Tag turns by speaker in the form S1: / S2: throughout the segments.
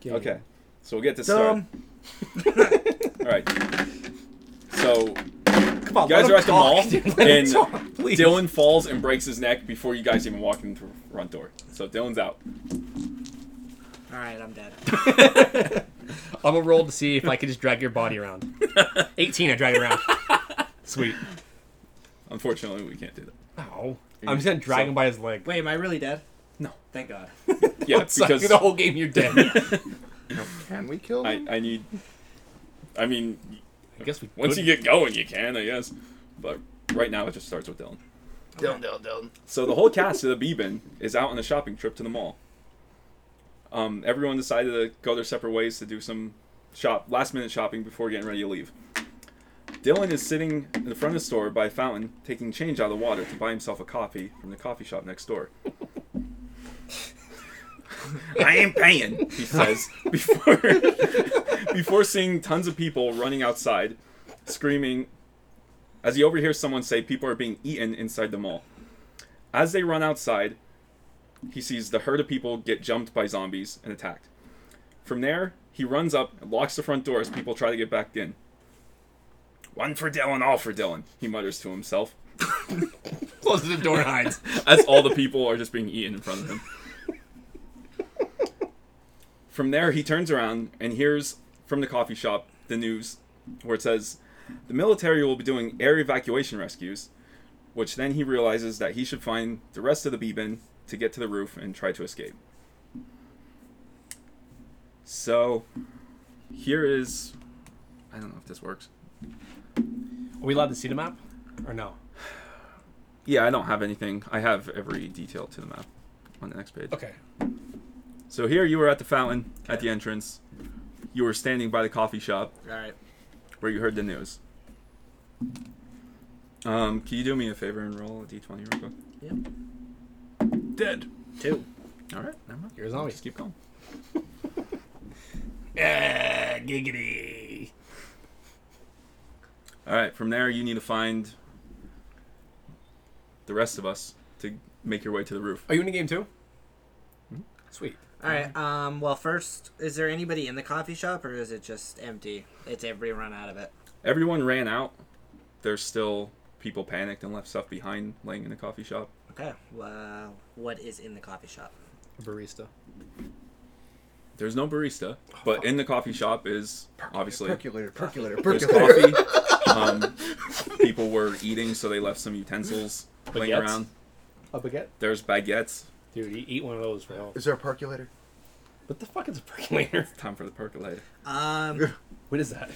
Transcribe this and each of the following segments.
S1: game.
S2: Okay, so we'll get this
S3: um,
S1: Dumb.
S2: started. All right. So
S1: Come on,
S2: You guys
S1: let
S2: are
S1: him
S2: at
S1: talk,
S2: the mall,
S1: dude. Let him
S2: and
S1: talk, please.
S2: Dylan falls and breaks his neck before you guys even walk in through the front door. So Dylan's out.
S4: All right, I'm dead.
S3: I'm gonna roll to see if I can just drag your body around. 18, I drag it around. Sweet.
S2: Unfortunately, we can't do that.
S3: Ow. I'm just gonna drag
S2: So-
S3: him by his leg.
S4: Wait, am I really dead?
S2: No.
S4: Thank God.
S2: Yeah,
S3: Suck
S2: because
S3: the whole game, you're dead.
S5: Can we kill
S2: I,
S5: him?
S2: I need. I mean,
S3: I guess we.
S2: once
S3: could-
S2: you get going, you can, I guess. But right now, it just starts with Dylan.
S5: Dylan, Dylan, Dylan.
S2: So the whole cast of the B-Bin is out on a shopping trip to the mall. Um, everyone decided to go their separate ways to do some shop last minute shopping before getting ready to leave. Dylan is sitting in the front of the store by a fountain, taking change out of the water to buy himself a coffee from the coffee shop next door. I ain't paying, he says, before before seeing tons of people running outside, screaming as he overhears someone say people are being eaten inside the mall. As they run outside, he sees the herd of people get jumped by zombies and attacked. From there, he runs up and locks the front door as people try to get back in. One for Dylan, all for Dylan, he mutters to himself,
S3: closes the door and hides.
S2: as all the people are just being eaten in front of him. From there, he turns around and hears from the coffee shop the news where it says the military will be doing air evacuation rescues, which then he realizes that he should find the rest of the Beebin to get to the roof and try to escape. So, here is. I don't know if this works.
S3: Are we allowed to see the map? Or no?
S2: Yeah, I don't have anything. I have every detail to the map on the next page.
S3: Okay.
S2: So here you were at the fountain at the entrance. You were standing by the coffee shop
S4: All right.
S2: where you heard the news. Um, can you do me a favor and roll a d20 real quick?
S4: Yep.
S2: Dead.
S4: Two.
S2: All right, never mind.
S3: You're a zombie.
S2: Just keep going.
S3: Ah, giggity.
S2: All right, from there you need to find the rest of us to make your way to the roof.
S3: Are you in the game too? Sweet.
S4: All right. Um. Well, first, is there anybody in the coffee shop, or is it just empty? It's everybody run out of it.
S2: Everyone ran out. There's still people panicked and left stuff behind laying in the coffee shop.
S4: Okay. Well, what is in the coffee shop?
S3: barista.
S2: There's no barista, but in the coffee shop is obviously
S5: Percolator, percolator,
S2: There's
S5: percolator.
S2: coffee. um, people were eating, so they left some utensils laying
S3: Baguettes?
S2: around.
S3: A baguette?
S2: There's baguettes.
S3: Dude, you eat one of those for help.
S5: Is there a percolator?
S3: What the fuck is a percolator?
S2: Time for the percolator.
S4: Um.
S3: What is that?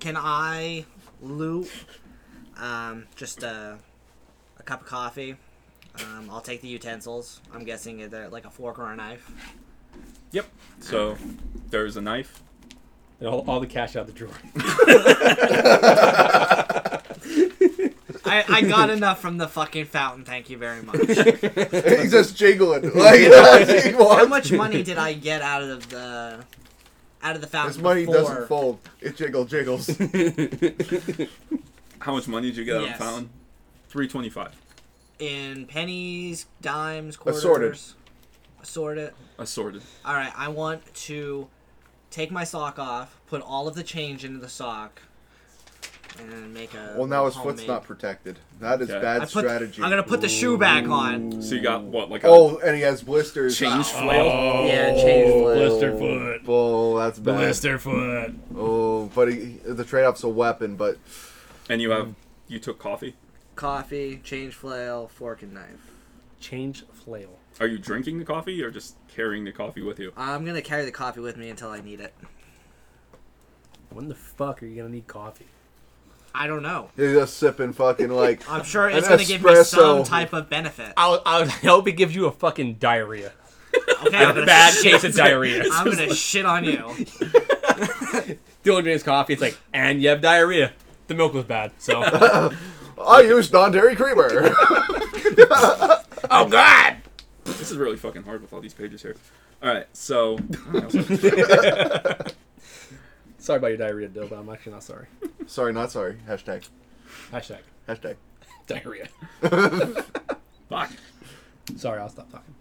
S4: Can I loot um, just a, a cup of coffee? Um, I'll take the utensils. I'm guessing they're like a fork or a knife.
S2: Yep. So there's a knife.
S3: all, all the cash out the drawer.
S4: I, I got enough from the fucking fountain. Thank you very much.
S5: He's just jiggling. Like, you know, as he walks.
S4: How much money did I get out of the out of the fountain?
S5: His money
S4: before?
S5: doesn't fold. It jiggle jiggles.
S2: How much money did you get out
S4: Yes.
S2: of the fountain? Three twenty-five.
S4: in pennies, dimes, quarters.
S5: Assorted.
S4: Assorted.
S2: Assorted.
S4: All right, I want to take my sock off, put all of the change into the sock, and make a.
S5: well, now his foot's
S4: homemade-
S5: not protected. That is
S2: Okay.
S5: bad
S4: I put-
S5: strategy.
S4: I'm gonna put the shoe back on.
S2: So you got what, like a
S5: Oh, and he has blisters.
S2: change
S5: Oh,
S2: flail?
S4: Yeah, change
S3: Blister foot.
S5: Oh, that's bad.
S3: Blister foot.
S5: Oh, but he, the trade-off's a weapon, but
S2: And you have you took coffee.
S4: Coffee, change flail, fork and knife.
S3: Change flail.
S2: Are you drinking the coffee or just carrying the coffee with you?
S4: I'm gonna carry the coffee with me until I need it.
S3: When the fuck are you gonna need coffee?
S4: I don't know.
S5: he's just sipping fucking like.
S4: I'm sure it's
S5: An
S4: gonna give me some
S5: espresso.
S4: type of benefit.
S3: I'll, I'll, I hope it gives you a fucking diarrhea.
S4: Okay, I'm gonna,
S3: Bad case of diarrhea.
S4: I'm gonna shit on you.
S3: Dylan drinks coffee. It's like, and you have diarrhea. The milk was bad, so.
S5: I use non-dairy creamer.
S3: oh god!
S2: This is really fucking hard with all these pages here. All right, so
S3: Sorry about your diarrhea, Dill, but I'm actually not sorry.
S5: sorry, not sorry. Hashtag.
S3: Hashtag
S5: Hashtag.
S3: diarrhea.
S2: fuck.
S3: Sorry, I'll stop talking.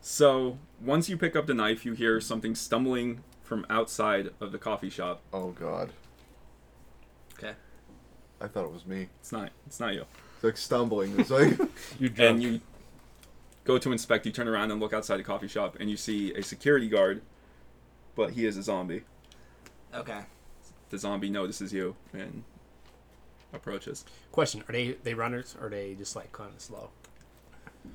S2: So once you pick up the knife, you hear something stumbling from outside of the coffee shop.
S5: Oh god,
S4: Okay.
S5: I thought it was me.
S2: It's not. It's not you.
S5: It's like stumbling. It's like
S3: You
S2: And you go to inspect. You turn around and look outside the coffee shop, and you see a security guard, but he is a zombie.
S4: Okay.
S2: The zombie notices you and approaches.
S3: Question: Are they they runners? Or are they just like kind of slow?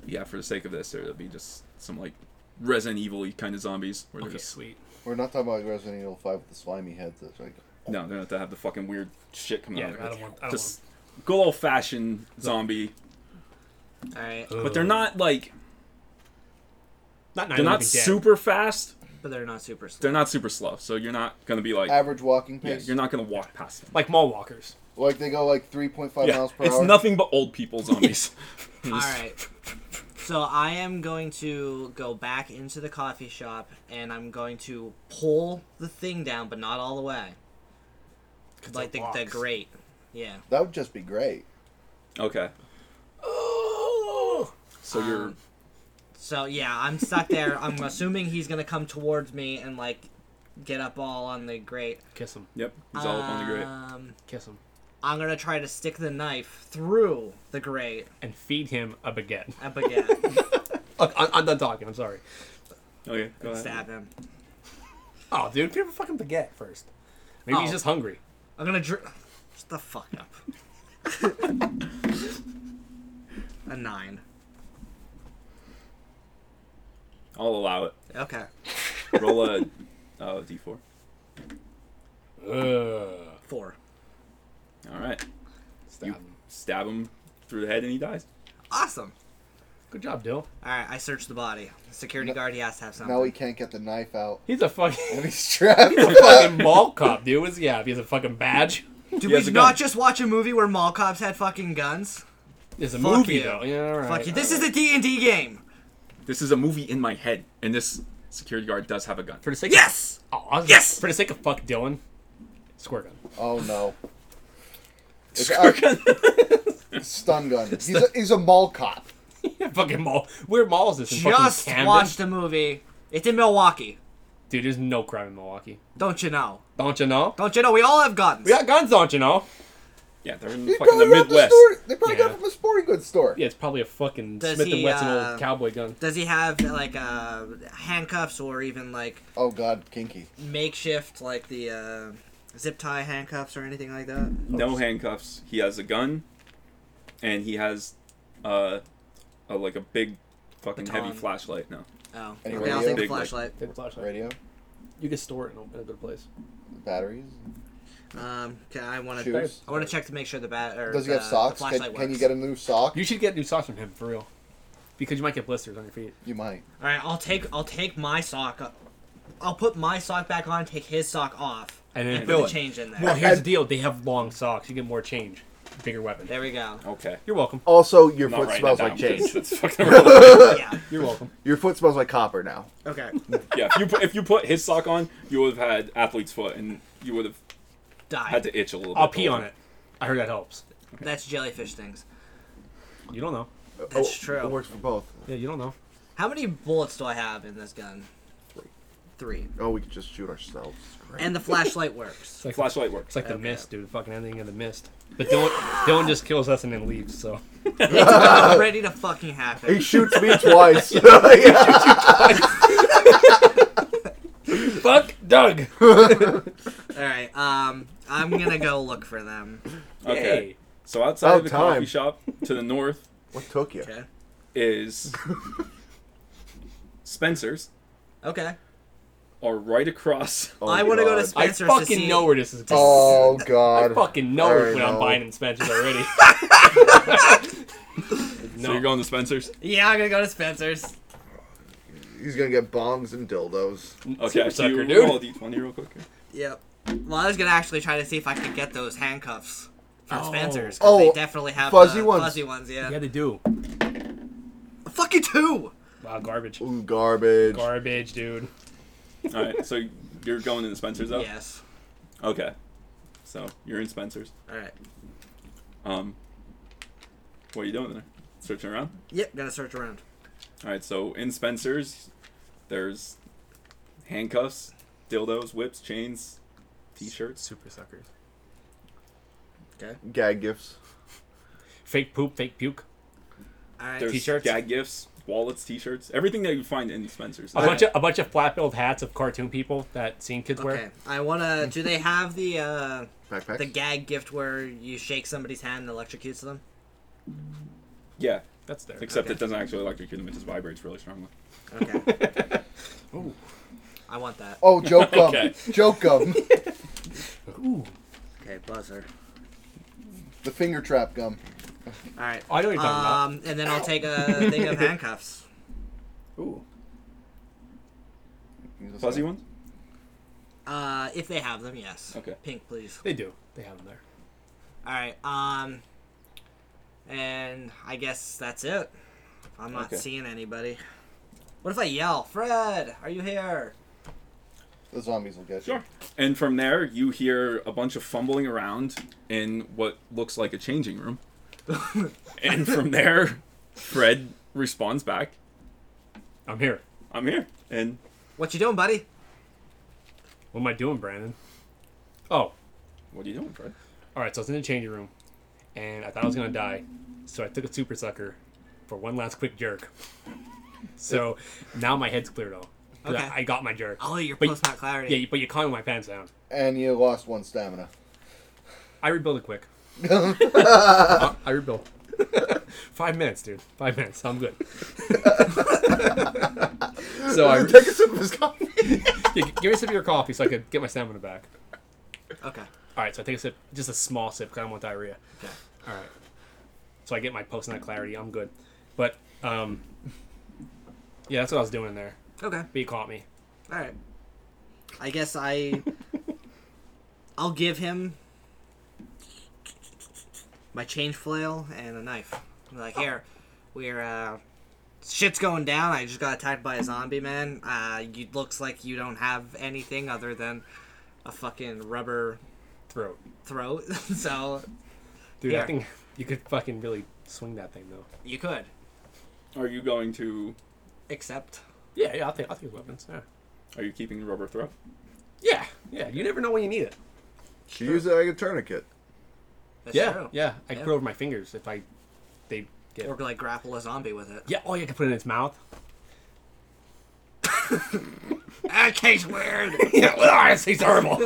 S2: Yeah, for the sake of this, there'll be just some like Resident Evil kind of zombies. Where they're
S3: Okay,
S2: just,
S3: sweet.
S5: we're not talking about Resident Evil Five with the slimy heads. It's like
S2: no, they're not to have the fucking weird shit coming
S3: Yeah,
S2: out of
S3: I
S2: it.
S3: don't want. I don't
S2: just good old fashioned zombie,
S4: All right.
S3: want.
S2: but they're not like
S3: Not
S2: they're not super fast.
S4: But they're not super slow.
S2: They're not super slow, so you're not gonna be like
S5: average walking
S2: yeah,
S5: pace.
S2: you're not gonna walk past them.
S3: like mall walkers.
S5: Like they go like three point five
S2: Yeah,
S5: miles per
S2: it's
S5: hour.
S2: nothing but old people zombies.
S4: All right. So I am going to go back into the coffee shop and I'm going to pull the thing down, but not all the way. Like the, the grate. Yeah.
S5: That would just be great.
S2: Okay,
S3: Oh,
S2: so you're
S4: Um, So yeah, I'm stuck there. I'm assuming he's gonna come towards me and like get up all on the grate.
S3: kiss him,
S2: yep, he's all up on the grate.
S4: Um,
S3: kiss him,
S4: I'm gonna try to stick the knife through the grate
S3: and feed him a baguette.
S4: at Baguette
S3: Look, I, I'm done talking. I'm sorry.
S2: Okay, go
S4: and
S2: ahead.
S4: stab him.
S3: Oh, dude, give him a fucking baguette first. Maybe he's
S4: Oh.
S3: just hungry.
S4: I'm gonna dr- shut the fuck up. A nine.
S2: I'll allow it.
S4: Okay.
S2: Roll a uh, d4.
S3: Ugh.
S4: Four.
S2: All right,
S3: Stab
S2: you
S3: him.
S2: stab him through the head and he dies.
S4: Awesome.
S3: Good job, Dill.
S4: All right, I searched the body. Security guard, he has to have something.
S5: Now he can't get the knife out.
S3: He's a fucking,
S5: And he's trapped.
S3: fucking mall cop, dude. What's he have? He has a fucking badge.
S4: Did
S2: He has
S4: we
S2: a
S4: not
S2: gun.
S4: just watch a movie where mall cops had fucking guns?
S3: It's a
S4: Fuck
S3: movie
S4: you.
S3: though. Yeah, all right.
S4: Fuck you. This is a D&D game.
S2: This is a movie in my head, and this security guard does have a gun.
S3: for the sake.
S4: Yes.
S3: Of, oh, I was
S4: Yes!
S3: For the sake of fuck Dylan, square gun.
S5: Oh no. It's
S2: Squirt
S5: a
S2: gun.
S5: stun gun. He's a, he's a mall cop.
S3: Yeah, fucking mall. Where mall is this? In
S4: Just
S3: fucking Camden?
S4: watched a movie. It's in Milwaukee.
S3: Dude, there's no crime in Milwaukee.
S4: Don't you know?
S3: Don't you know?
S4: Don't you know? We all have guns.
S3: We got guns, don't you know?
S2: Yeah, they're in
S5: They
S2: fucking the
S5: probably got
S2: Midwest.
S5: store- they probably
S3: Yeah.
S5: got from a sporting goods store.
S3: Yeah, it's probably a fucking
S4: Does
S3: Smith
S4: he,
S3: and Wesson
S4: uh,
S3: old cowboy gun.
S4: Does he have like uh, handcuffs or even like
S5: Oh god, kinky.
S4: makeshift like the uh, zip tie handcuffs or anything like that?
S2: No handcuffs. He has a gun, and he has uh, a, like a big fucking heavy
S4: Baton.
S2: flashlight now.
S4: Oh,
S5: Any
S4: okay. I'll
S5: radio?
S4: take the
S2: Big, like-
S4: flashlight.
S3: Take the flashlight.
S5: Radio,
S3: You can store it in a, in a good place.
S5: batteries,
S4: Um, okay, I want to.
S5: shoes.
S4: I want to check to make sure the bat. Or
S5: Does he
S4: the-
S5: have
S2: uh,
S5: socks?
S4: The flashlight
S5: Can,
S4: works.
S5: can you get a new sock?
S3: You should get new socks from him for real, because you might get blisters on your feet.
S5: You might.
S4: All right, I'll take. I'll take my sock. o- I'll put my sock back on. Take his sock off.
S3: And then
S4: And
S3: fill
S4: put the
S3: it.
S4: change in there.
S3: Well, here's the deal: they have long socks. You get more change, bigger weapon.
S4: there we go.
S2: Okay.
S3: You're welcome.
S5: Also, your
S2: Not
S5: foot
S2: right
S5: smells like
S2: change.
S5: change.
S2: That's fucking wrong.
S4: yeah.
S3: You're welcome.
S5: Your foot smells like copper now.
S4: Okay.
S2: yeah. If you put, if you put his sock on, you would have had athlete's foot, and you would have
S4: Die.
S2: had to itch a little.
S3: I'll
S2: bit.
S3: pee on it. I heard that helps.
S4: That's jellyfish things.
S3: You don't know.
S4: That's true.
S5: Oh, It works for both.
S3: Yeah, you don't know.
S4: How many bullets do I have in this gun?
S5: Three.
S4: Three.
S5: Oh, we could just shoot ourselves. Great.
S4: And the flashlight works.
S3: It's like
S2: Flashlight works.
S3: It's like the
S4: Okay.
S3: mist, dude. Fucking ending of the mist. But Dylan, Dylan just kills us and then leaves. So
S4: It's ready to fucking
S5: he
S4: happen.
S5: shoots me twice. Yeah.
S3: fuck Doug.
S4: All right. Um, I'm gonna go look for them.
S2: Okay.
S3: Yay.
S2: So outside
S5: About
S2: of the
S5: time.
S2: coffee shop to the north
S5: What took you?
S4: Okay.
S2: is Spencer's,
S4: Okay.
S2: or right across.
S5: Oh,
S4: I want to go to
S5: God.
S3: I
S4: Spencer's to
S3: fucking
S4: see.
S3: know where this is going.
S5: Oh
S3: I
S5: god.
S3: fucking know
S5: Alright,
S3: when
S5: no.
S3: I'm buying in Spencer's already.
S2: So you're
S3: no,
S2: going to Spencer's.
S4: Yeah, I'm gonna go to Spencer's.
S5: He's gonna get bongs and dildos.
S4: Mm.
S2: Okay. So you
S3: sucker, dude.
S2: roll a d20 real quick.
S4: Yep. Well, I was gonna actually try to see if I could get those handcuffs from
S3: Oh.
S4: Spencer's. 'cause
S5: Oh,
S4: they definitely have
S5: fuzzy
S4: the
S5: ones.
S4: Fuzzy ones, yeah.
S3: yeah, they do.
S4: Fucking two.
S3: Wow, garbage,
S5: Ooh, garbage.
S3: garbage, dude.
S2: All right. So you're going to the Spencer's though.
S4: Yes.
S2: Okay. So you're in Spencer's.
S4: All right.
S2: Um, what are you doing there? Searching around?
S4: Yep. Gonna search around.
S2: All right, so in Spencer's, there's handcuffs, dildos, whips, chains, t-shirts.
S1: Super suckers.
S4: Okay.
S5: Gag gifts.
S3: Fake poop, fake puke.
S4: All right.
S2: There's
S3: T-shirts?
S2: gag gifts, wallets, t-shirts, everything that you find in Spencer's.
S3: A bunch of a bunch of flat-billed hats of cartoon people that scene kids
S4: Okay.
S3: wear.
S4: I wanna. Do they have the uh
S5: Backpacks.
S4: the gag gift where you shake somebody's hand and electrocutes them?
S2: yeah,
S3: That's there.
S2: except
S4: Okay.
S2: it doesn't actually electrocute them; it just vibrates really strongly.
S4: Okay. I want that.
S5: oh, joke gum.
S2: Okay.
S5: Joke gum.
S4: Okay, buzzer.
S5: the finger trap gum.
S4: All right.
S3: Oh, I know what you're talking about.
S4: Um, and then I'll take a thing of handcuffs.
S2: Ooh, fuzzy ones.
S4: Uh, if they have them, yes.
S2: Okay.
S4: Pink, please.
S3: They do. They have them there.
S4: All right. Um, and I guess that's it. I'm not
S2: Okay.
S4: seeing anybody. What if I yell, Fred? Are you here?
S5: The zombies will get you.
S2: Sure. And from there, you hear a bunch of fumbling around in what looks like a changing room. and from there, Fred responds back,
S3: I'm here.
S2: "I'm here." And
S4: What you doing, buddy?
S3: What am I doing, Brandon? Oh,
S2: what are you doing, Fred?
S3: all right. So I was in the changing room, and I thought I was gonna die, so I took a super sucker for one last quick jerk. So now my head's clear though. 'Cause I-
S4: Okay.
S3: I got my jerk.
S4: Oh, your
S3: But-
S4: post not clarity.
S3: Yeah, but you caught me with my pants down.
S5: And you lost one stamina.
S3: I rebuild it quick. I rebuild. Five minutes, dude. Five minutes. I'm good. so I
S5: Take a sip of his coffee.
S3: Yeah, g- give me a sip of your coffee so I could get my stamina back.
S4: Okay.
S3: All right, so I take a sip, just a small sip, because I don't want diarrhea.
S4: Okay.
S3: All right, so I get my post nut clarity. I'm good, but um, yeah, that's what I was doing there.
S4: Okay.
S3: But you caught me.
S4: All right. I guess I. I'll give him my change flail and a knife. I'm like, here, we're uh, shit's going down. I just got attacked by a zombie man. Uh, you looks like you don't have anything other than a fucking rubber
S3: Throat,
S4: throat. so
S3: dude. I
S4: Here.
S3: think you could fucking really swing that thing though.
S4: you could
S2: Are you going to?
S4: accept.
S3: Yeah, yeah. I'll take, I'll take weapons. Yeah.
S2: Are you keeping the rubber throw?
S3: yeah, yeah. You never know when you need it.
S5: Use it like a tourniquet.
S4: That's
S3: Yeah,
S4: true.
S3: yeah. I
S4: Yeah.
S3: could put it over my fingers if I they get.
S4: Or like grapple a zombie with it.
S3: yeah. Oh, yeah. I could put it in its mouth.
S4: That tastes weird.
S3: yeah. Oh, it's horrible.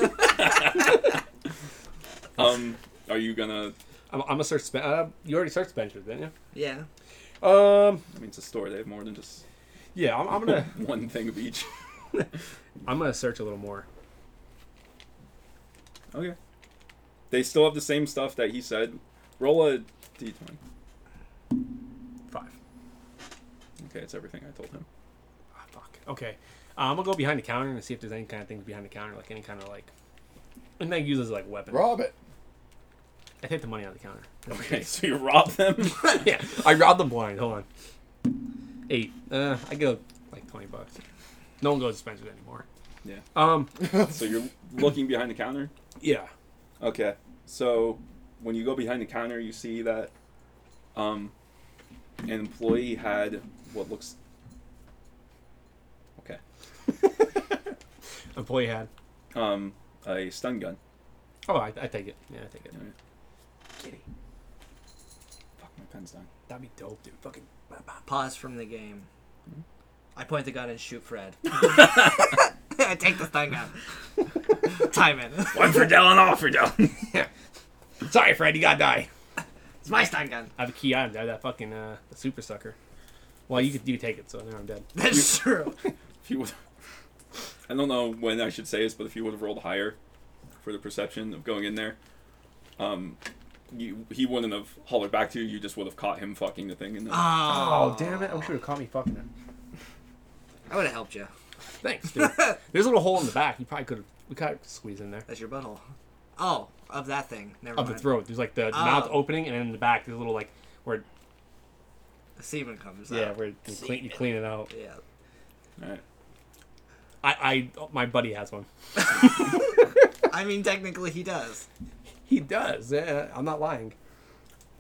S2: Um, are you gonna?
S3: I'm, I'm gonna search. Spe- uh, you already searched Spencer, didn't
S4: yeah.
S3: you? Um.
S2: I mean, it's a store. They have more than just
S3: Yeah. I'm, I'm gonna.
S2: one thing of each.
S3: I'm gonna search a little more.
S2: Okay. They still have the same stuff that he said. Roll a d20.
S3: Five.
S2: Okay, it's everything I told him.
S3: Ah, fuck. Okay. Uh, I'm gonna go behind the counter and see if there's any kind of things behind the counter, like any kind of like. And they use it as like weapon.
S5: Rob it.
S3: I take the money out of the counter.
S2: Okay, so you rob them.
S3: yeah. I robbed them blind. Hold on. Eight. Uh, I go like twenty bucks. No one goes to Spencer's anymore.
S2: Yeah.
S3: Um.
S2: so you're looking behind the counter.
S3: Yeah.
S2: Okay. So when you go behind the counter, you see that um, an employee had what looks. Okay.
S3: Employee had.
S2: Um, a stun gun.
S3: Oh, I, I take it. Yeah, I take it.
S2: Alright. Fuck, my pen's dying.
S3: That'd be dope, dude. Fucking.
S4: Pause from the game. I point the gun and shoot Fred. I take the stun gun. Time it.
S2: One for Dell and all for Dell.
S3: Sorry, Fred. You gotta die.
S4: It's my stun gun.
S3: I have a key item. I have that fucking uh, the super sucker. Well, you could you take it, so now I'm dead.
S4: That's true.
S2: if you would, I don't know when I should say this, but if you would have rolled higher for the perception of going in there, um, you he wouldn't have hollered back to you. You just would have caught him fucking the thing. And then,
S3: Ah.
S4: Oh,
S3: damn it! I wish you would have caught me fucking it.
S4: I would have helped you.
S3: Thanks, dude. There's a little hole in the back. You probably could have. We could have squeezed in there.
S4: That's your butthole. Oh, of that thing. Never
S3: Up the
S4: mind.
S3: throat. There's like the mouth
S4: Oh.
S3: opening, and in the back there's a little like where
S4: The semen comes
S3: yeah
S4: out.
S3: where you clean, you clean Oh. it out.
S4: Yeah.
S2: all right.
S3: I I my buddy has one.
S4: I mean, technically, he does.
S3: He does. Yeah, I'm not lying.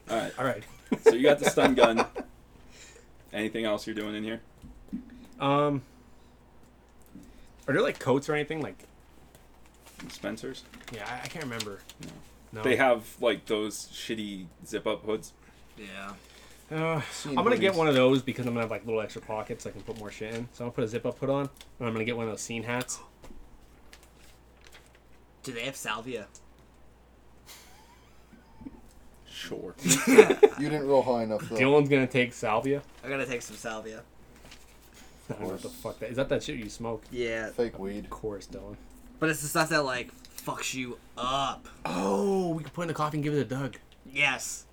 S2: All right.
S3: All right.
S2: So you got the stun gun. Anything else you're doing in here?
S3: Um, are there like coats or anything? Like,
S2: Spencer's?
S3: yeah, I, I can't remember. No.
S2: They have like those shitty zip up hoods.
S4: Yeah.
S3: Uh, I'm gonna get one of those because I'm gonna have like little extra pockets. I can put more shit in. So I'm gonna put a zip up hood on, and I'm gonna get one of those scene hats.
S4: Do they have salvia?
S2: Sure.
S5: You didn't roll high enough though.
S3: Dylan's gonna take salvia.
S4: I gotta take some salvia.
S3: I don't know what the fuck that is. That that shit you smoke?
S4: Yeah.
S5: Fake weed.
S3: Of course, Dylan.
S4: But it's the stuff that like fucks you up.
S3: Oh, we can put in the coffee and give it to Doug.
S4: Yes.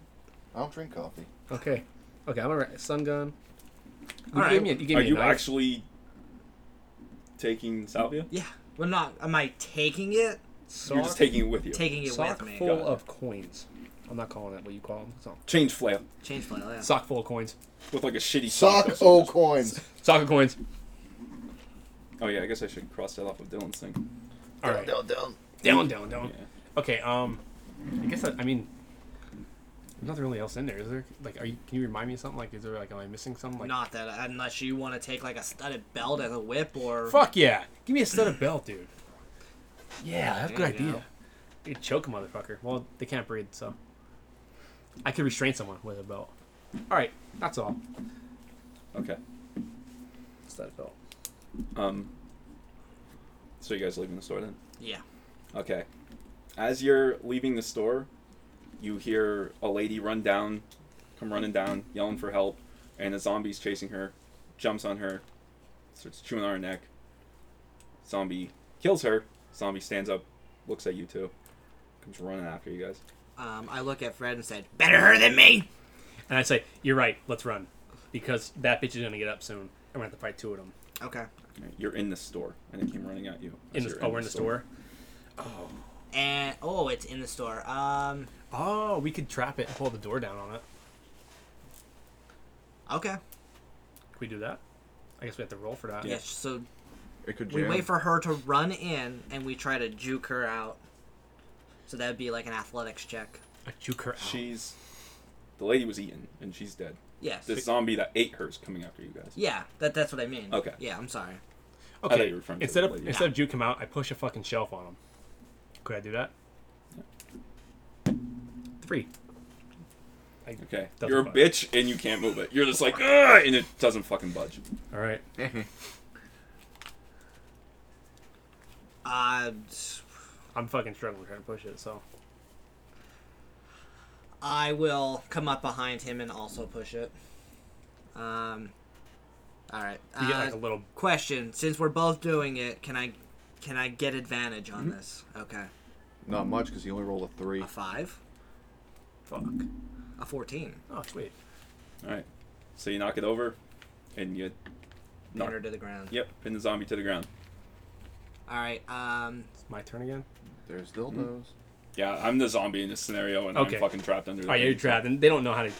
S5: I don't drink coffee.
S3: Okay, okay. I'm gonna sun gun. You
S4: Alright.
S3: gave me. A, you gave
S2: Are
S3: me a
S2: you
S3: knife.
S2: actually taking salvia?
S4: Yeah. Well, not. Am I taking it?
S3: sock,
S2: You're just taking it with you.
S4: Taking it
S3: sock
S4: with me.
S3: full
S2: Got it.
S3: of coins. I'm not calling that what you call them. So,
S2: Change flail
S4: Change file. Yeah.
S3: sock full of coins.
S2: with like a shitty
S5: Sock
S2: sock.
S5: o coins.
S3: Sock of coins.
S2: Oh yeah, I guess I should cross that off of Dylan's thing.
S3: All right.
S5: Down, down.
S3: Down, down, down.
S2: Yeah.
S3: Okay. Um, I guess I, I mean, there's nothing really else in there, is there? Like, are you? Can you remind me of something? Like, is there like, am I missing something? Like,
S4: Not that unless you want to take like a studded belt as a whip or
S3: fuck yeah! Give me a set of belt, dude. Yeah, that's a good
S4: There you
S3: idea.
S4: go.
S3: You could choke a motherfucker. Well, they can't breathe, so I could restrain someone with a belt. All right, that's all.
S2: Okay.
S3: It's that belt.
S2: Um. So you guys leaving the store then?
S4: yeah.
S2: Okay. As you're leaving the store, you hear a lady run down, come running down, yelling for help, and a zombie's chasing her, jumps on her, starts chewing on her neck. Zombie kills her. Zombie stands up, looks at you two, comes running after you guys.
S4: Um, I look at Fred and said, "Better her than me."
S3: And I say, you're right. Let's run, because that bitch is gonna get up soon. and we're gonna have to fight two of them.
S4: Okay.
S2: You're in the store, and it came running at you.
S3: In
S2: as
S3: the,
S2: you're
S3: oh, we're in the store.
S4: And oh, it's in the store. Um.
S3: Oh, we could trap it and pull the door down on it.
S4: Okay.
S3: Can we do that? I guess we have to roll for that.
S4: Yes. So
S2: It could
S4: we wait for her to run in, and we try to juke her out. So that would be like an athletics check.
S3: A juke her out.
S2: She's. The lady was eaten, and she's dead.
S4: Yes.
S2: The zombie that ate her is coming after you guys.
S4: yeah. That that's what I mean.
S2: Okay.
S4: Yeah. I'm sorry.
S2: thought
S3: okay.
S2: you were referring to
S3: Instead
S2: the
S3: of
S2: lady.
S3: instead of juke him out, I push a fucking shelf on him. Could I do that? Three. I,
S2: Okay.
S3: Doesn't
S2: You're a
S3: budge.
S2: bitch and you can't move it. You're just like, Ugh! and it doesn't fucking budge.
S3: All right.
S4: Uh,
S3: I'm fucking struggling trying to push it. So
S4: I will come up behind him and also push it. Um. All right.
S3: you get
S4: uh,
S3: like a little.
S4: question since we're both doing it can i can i get advantage on this okay
S5: Not much because he only rolled a three.
S4: a five
S3: Fuck.
S4: a 14
S3: Oh sweet.
S2: All right. So you knock it over, and you knock.
S4: pin her to the ground
S2: Yep, pin the zombie to the ground.
S4: all right um
S3: It's my turn again.
S5: There's dildos.
S2: Yeah, I'm the zombie in this scenario, and
S3: Okay.
S2: I'm fucking trapped under. the
S3: Oh yeah,
S2: thing.
S3: you're trapped, and they don't know how to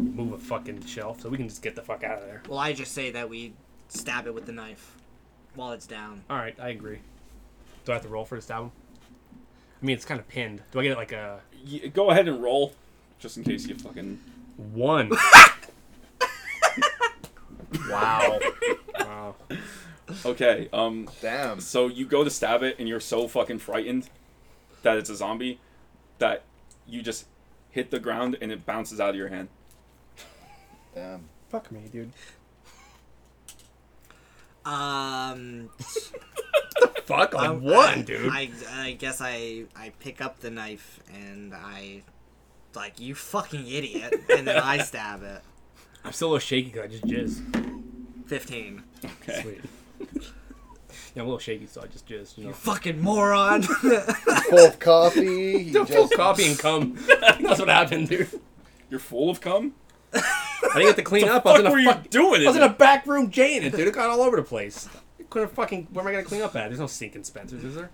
S3: move a fucking shelf, so we can just get the fuck out of there.
S4: well i just say that we stab it with the knife while it's down
S3: All right, I agree. Do I have to roll for this album? I mean, it's kind of pinned. Do I get like a
S2: Y- go ahead and roll, just in case you fucking.
S3: one?
S5: Wow.
S3: wow.
S2: Okay. Um.
S5: Damn.
S2: So you go to stab it, and you're so fucking frightened that it's a zombie that you just hit the ground, and it bounces out of your hand.
S5: Damn.
S3: Fuck me, dude.
S4: um
S3: Fuck
S4: I-
S3: on one,
S4: I-
S3: dude.
S4: I, I guess i i pick up the knife and i like you fucking idiot and then i stab it
S3: I'm still a little shaky because I just jizz.
S4: 15
S2: Okay.
S3: Sweet. yeah, I'm a little shaky, so I just jizz. You know.
S4: fucking moron
S5: Full of coffee. He
S3: Don't feel
S5: just-
S3: coffee and cum. That's what happened, dude.
S2: You're full of cum.
S3: I didn't get to clean up. I was in
S2: What
S3: a
S2: were you
S3: fuck-
S2: doing?
S3: I was
S2: in
S3: in a
S2: there?
S3: back room jaying it, dude. It got all over the place. I couldn't fucking. Where am I gonna clean up at? There's no sink in Spencer's, is there?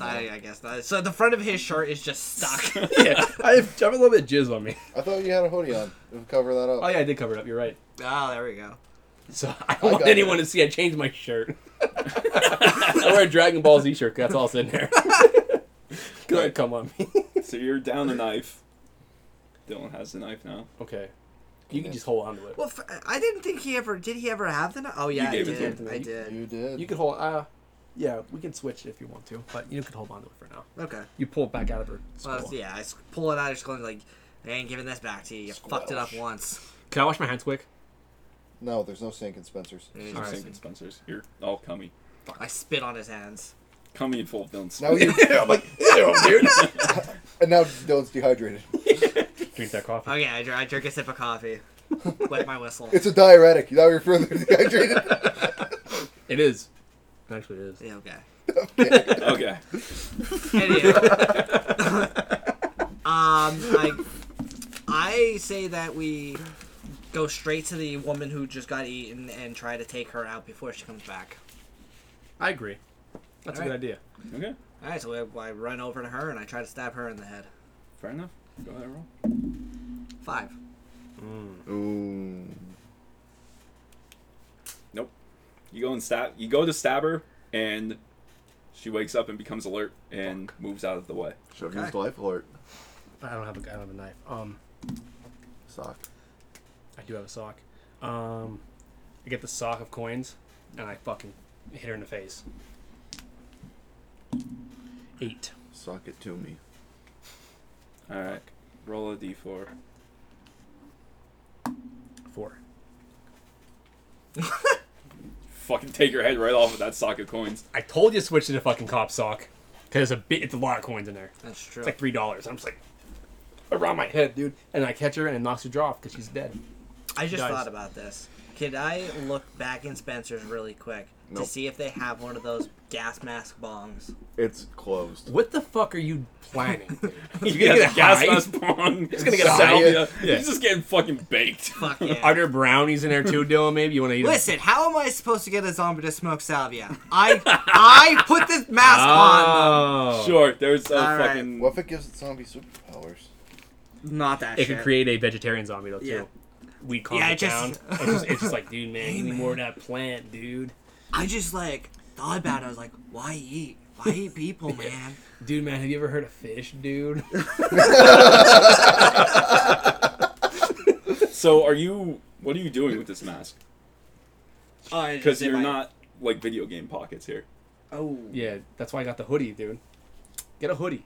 S4: I, I guess not. So the front of his shirt is just stuck.
S3: yeah, I have, I have a little bit of jizz on me.
S5: I thought you had a hoodie on. It'll cover that up.
S3: Oh yeah, I did cover it up. You're right.
S4: oh, there we go.
S3: So I don't want
S5: got
S3: anyone
S5: it.
S3: to see I changed my shirt. I wear a Dragon Ball Z shirt. 'cause That's all it's in there. Good, come on me.
S2: So you're down the knife. Dylan has the knife now.
S3: okay. You can just hold on to it.
S4: Well, f- I didn't think he ever did. He ever have the? kn- Oh yeah, I
S2: gave it to
S4: did.
S3: him.
S4: I
S3: You-
S4: did.
S5: You did.
S3: You can hold. Uh, yeah, we can switch it if you want to, but you can hold on to it for now.
S4: Okay.
S3: You pull it back out of her.
S4: Well,
S3: skull.
S4: yeah, I s- pull it out of his clothes like, I ain't giving this back to you. You fucked it up
S5: Squelch.
S4: once.
S3: Can I wash my hands quick?
S5: no, there's no sink in Spencer's.
S4: And he
S3: All
S4: just-
S3: right.
S2: Sink and Spencer's. You're all cummy.
S4: I spit on his hands.
S2: Cummy and full of Dylan
S3: Oh,
S5: Now you,
S3: I'm like, ew, dude.
S5: and now Dylan's dehydrated.
S3: Drink that coffee.
S4: Okay, I, dr- I drink a sip of coffee. Wet my whistle.
S5: It's a diuretic. Now you're further dehydrated.
S3: It is. Actually, it is.
S4: Yeah, okay.
S2: Okay.
S4: Anywho. um, I, I say that we go straight to the woman who just got eaten and try to take her out before she comes back.
S3: I agree. That's a
S4: Alright.
S3: good idea.
S2: Okay.
S4: All right, so I, I run over to her and I try to stab her in the head.
S2: Fair enough. Go ahead, roll.
S4: Five.
S5: Ooh.
S2: Nope. You go and stab. You go to stab her, and she wakes up and becomes alert and moves out of the way.
S5: Should have
S4: Okay.
S5: used life alert.
S3: I don't have a. I don't have a knife. Um,
S5: Sock.
S3: I do have a sock. Um, I get the sock of coins, and I fucking hit her in the face. Eight.
S5: Sock it to me.
S2: All right. Roll a d4.
S3: Four.
S2: Fucking take your head right off of that sock of coins.
S3: I told you to switch to the fucking cop sock. Cause it's a bit. It's a lot of coins in there.
S4: That's true.
S3: It's like three dollars. I'm just like around my head, dude. And I catch her and it knocks her jaw off because she's dead.
S4: I just
S3: Guys.
S4: thought about this. Could I look back in Spencer's really quick
S5: Nope.
S4: to see if they have one of those gas mask bongs?
S5: It's closed.
S3: What the fuck are you planning? dude?
S2: You
S3: gonna get a
S2: gas
S3: high?
S2: mask bong. He's
S3: gonna get a
S2: salvia.
S3: high. Yeah.
S2: He's just getting fucking baked.
S4: Fuck yeah.
S3: Are there brownies in there too, Dylan? Maybe you want to eat. 'em?
S4: Listen, how am I supposed to get a zombie to smoke salvia? I I put this mask on.
S3: Oh.
S2: Sure. There's a
S4: All right.
S2: fucking.
S5: What if it gives it zombie superpowers?
S4: Not that
S3: It
S4: shit.
S3: could create a vegetarian zombie though too.
S4: Yeah.
S3: We calm
S4: Yeah,
S3: it
S4: it just-
S3: down. It's just, it's just like, dude, man, you need
S4: man.
S3: more of that plant, dude.
S4: I just like thought about it. I was like, why eat? Why eat people, man?
S3: Dude, man, have you ever heard of fish, dude?
S2: So are you? What are you doing with this mask?
S4: Oh, I just
S2: Because
S4: did
S2: you're
S4: my-
S2: not like video game pockets here.
S4: Oh,
S3: yeah, that's why I got the hoodie, dude. Get a hoodie.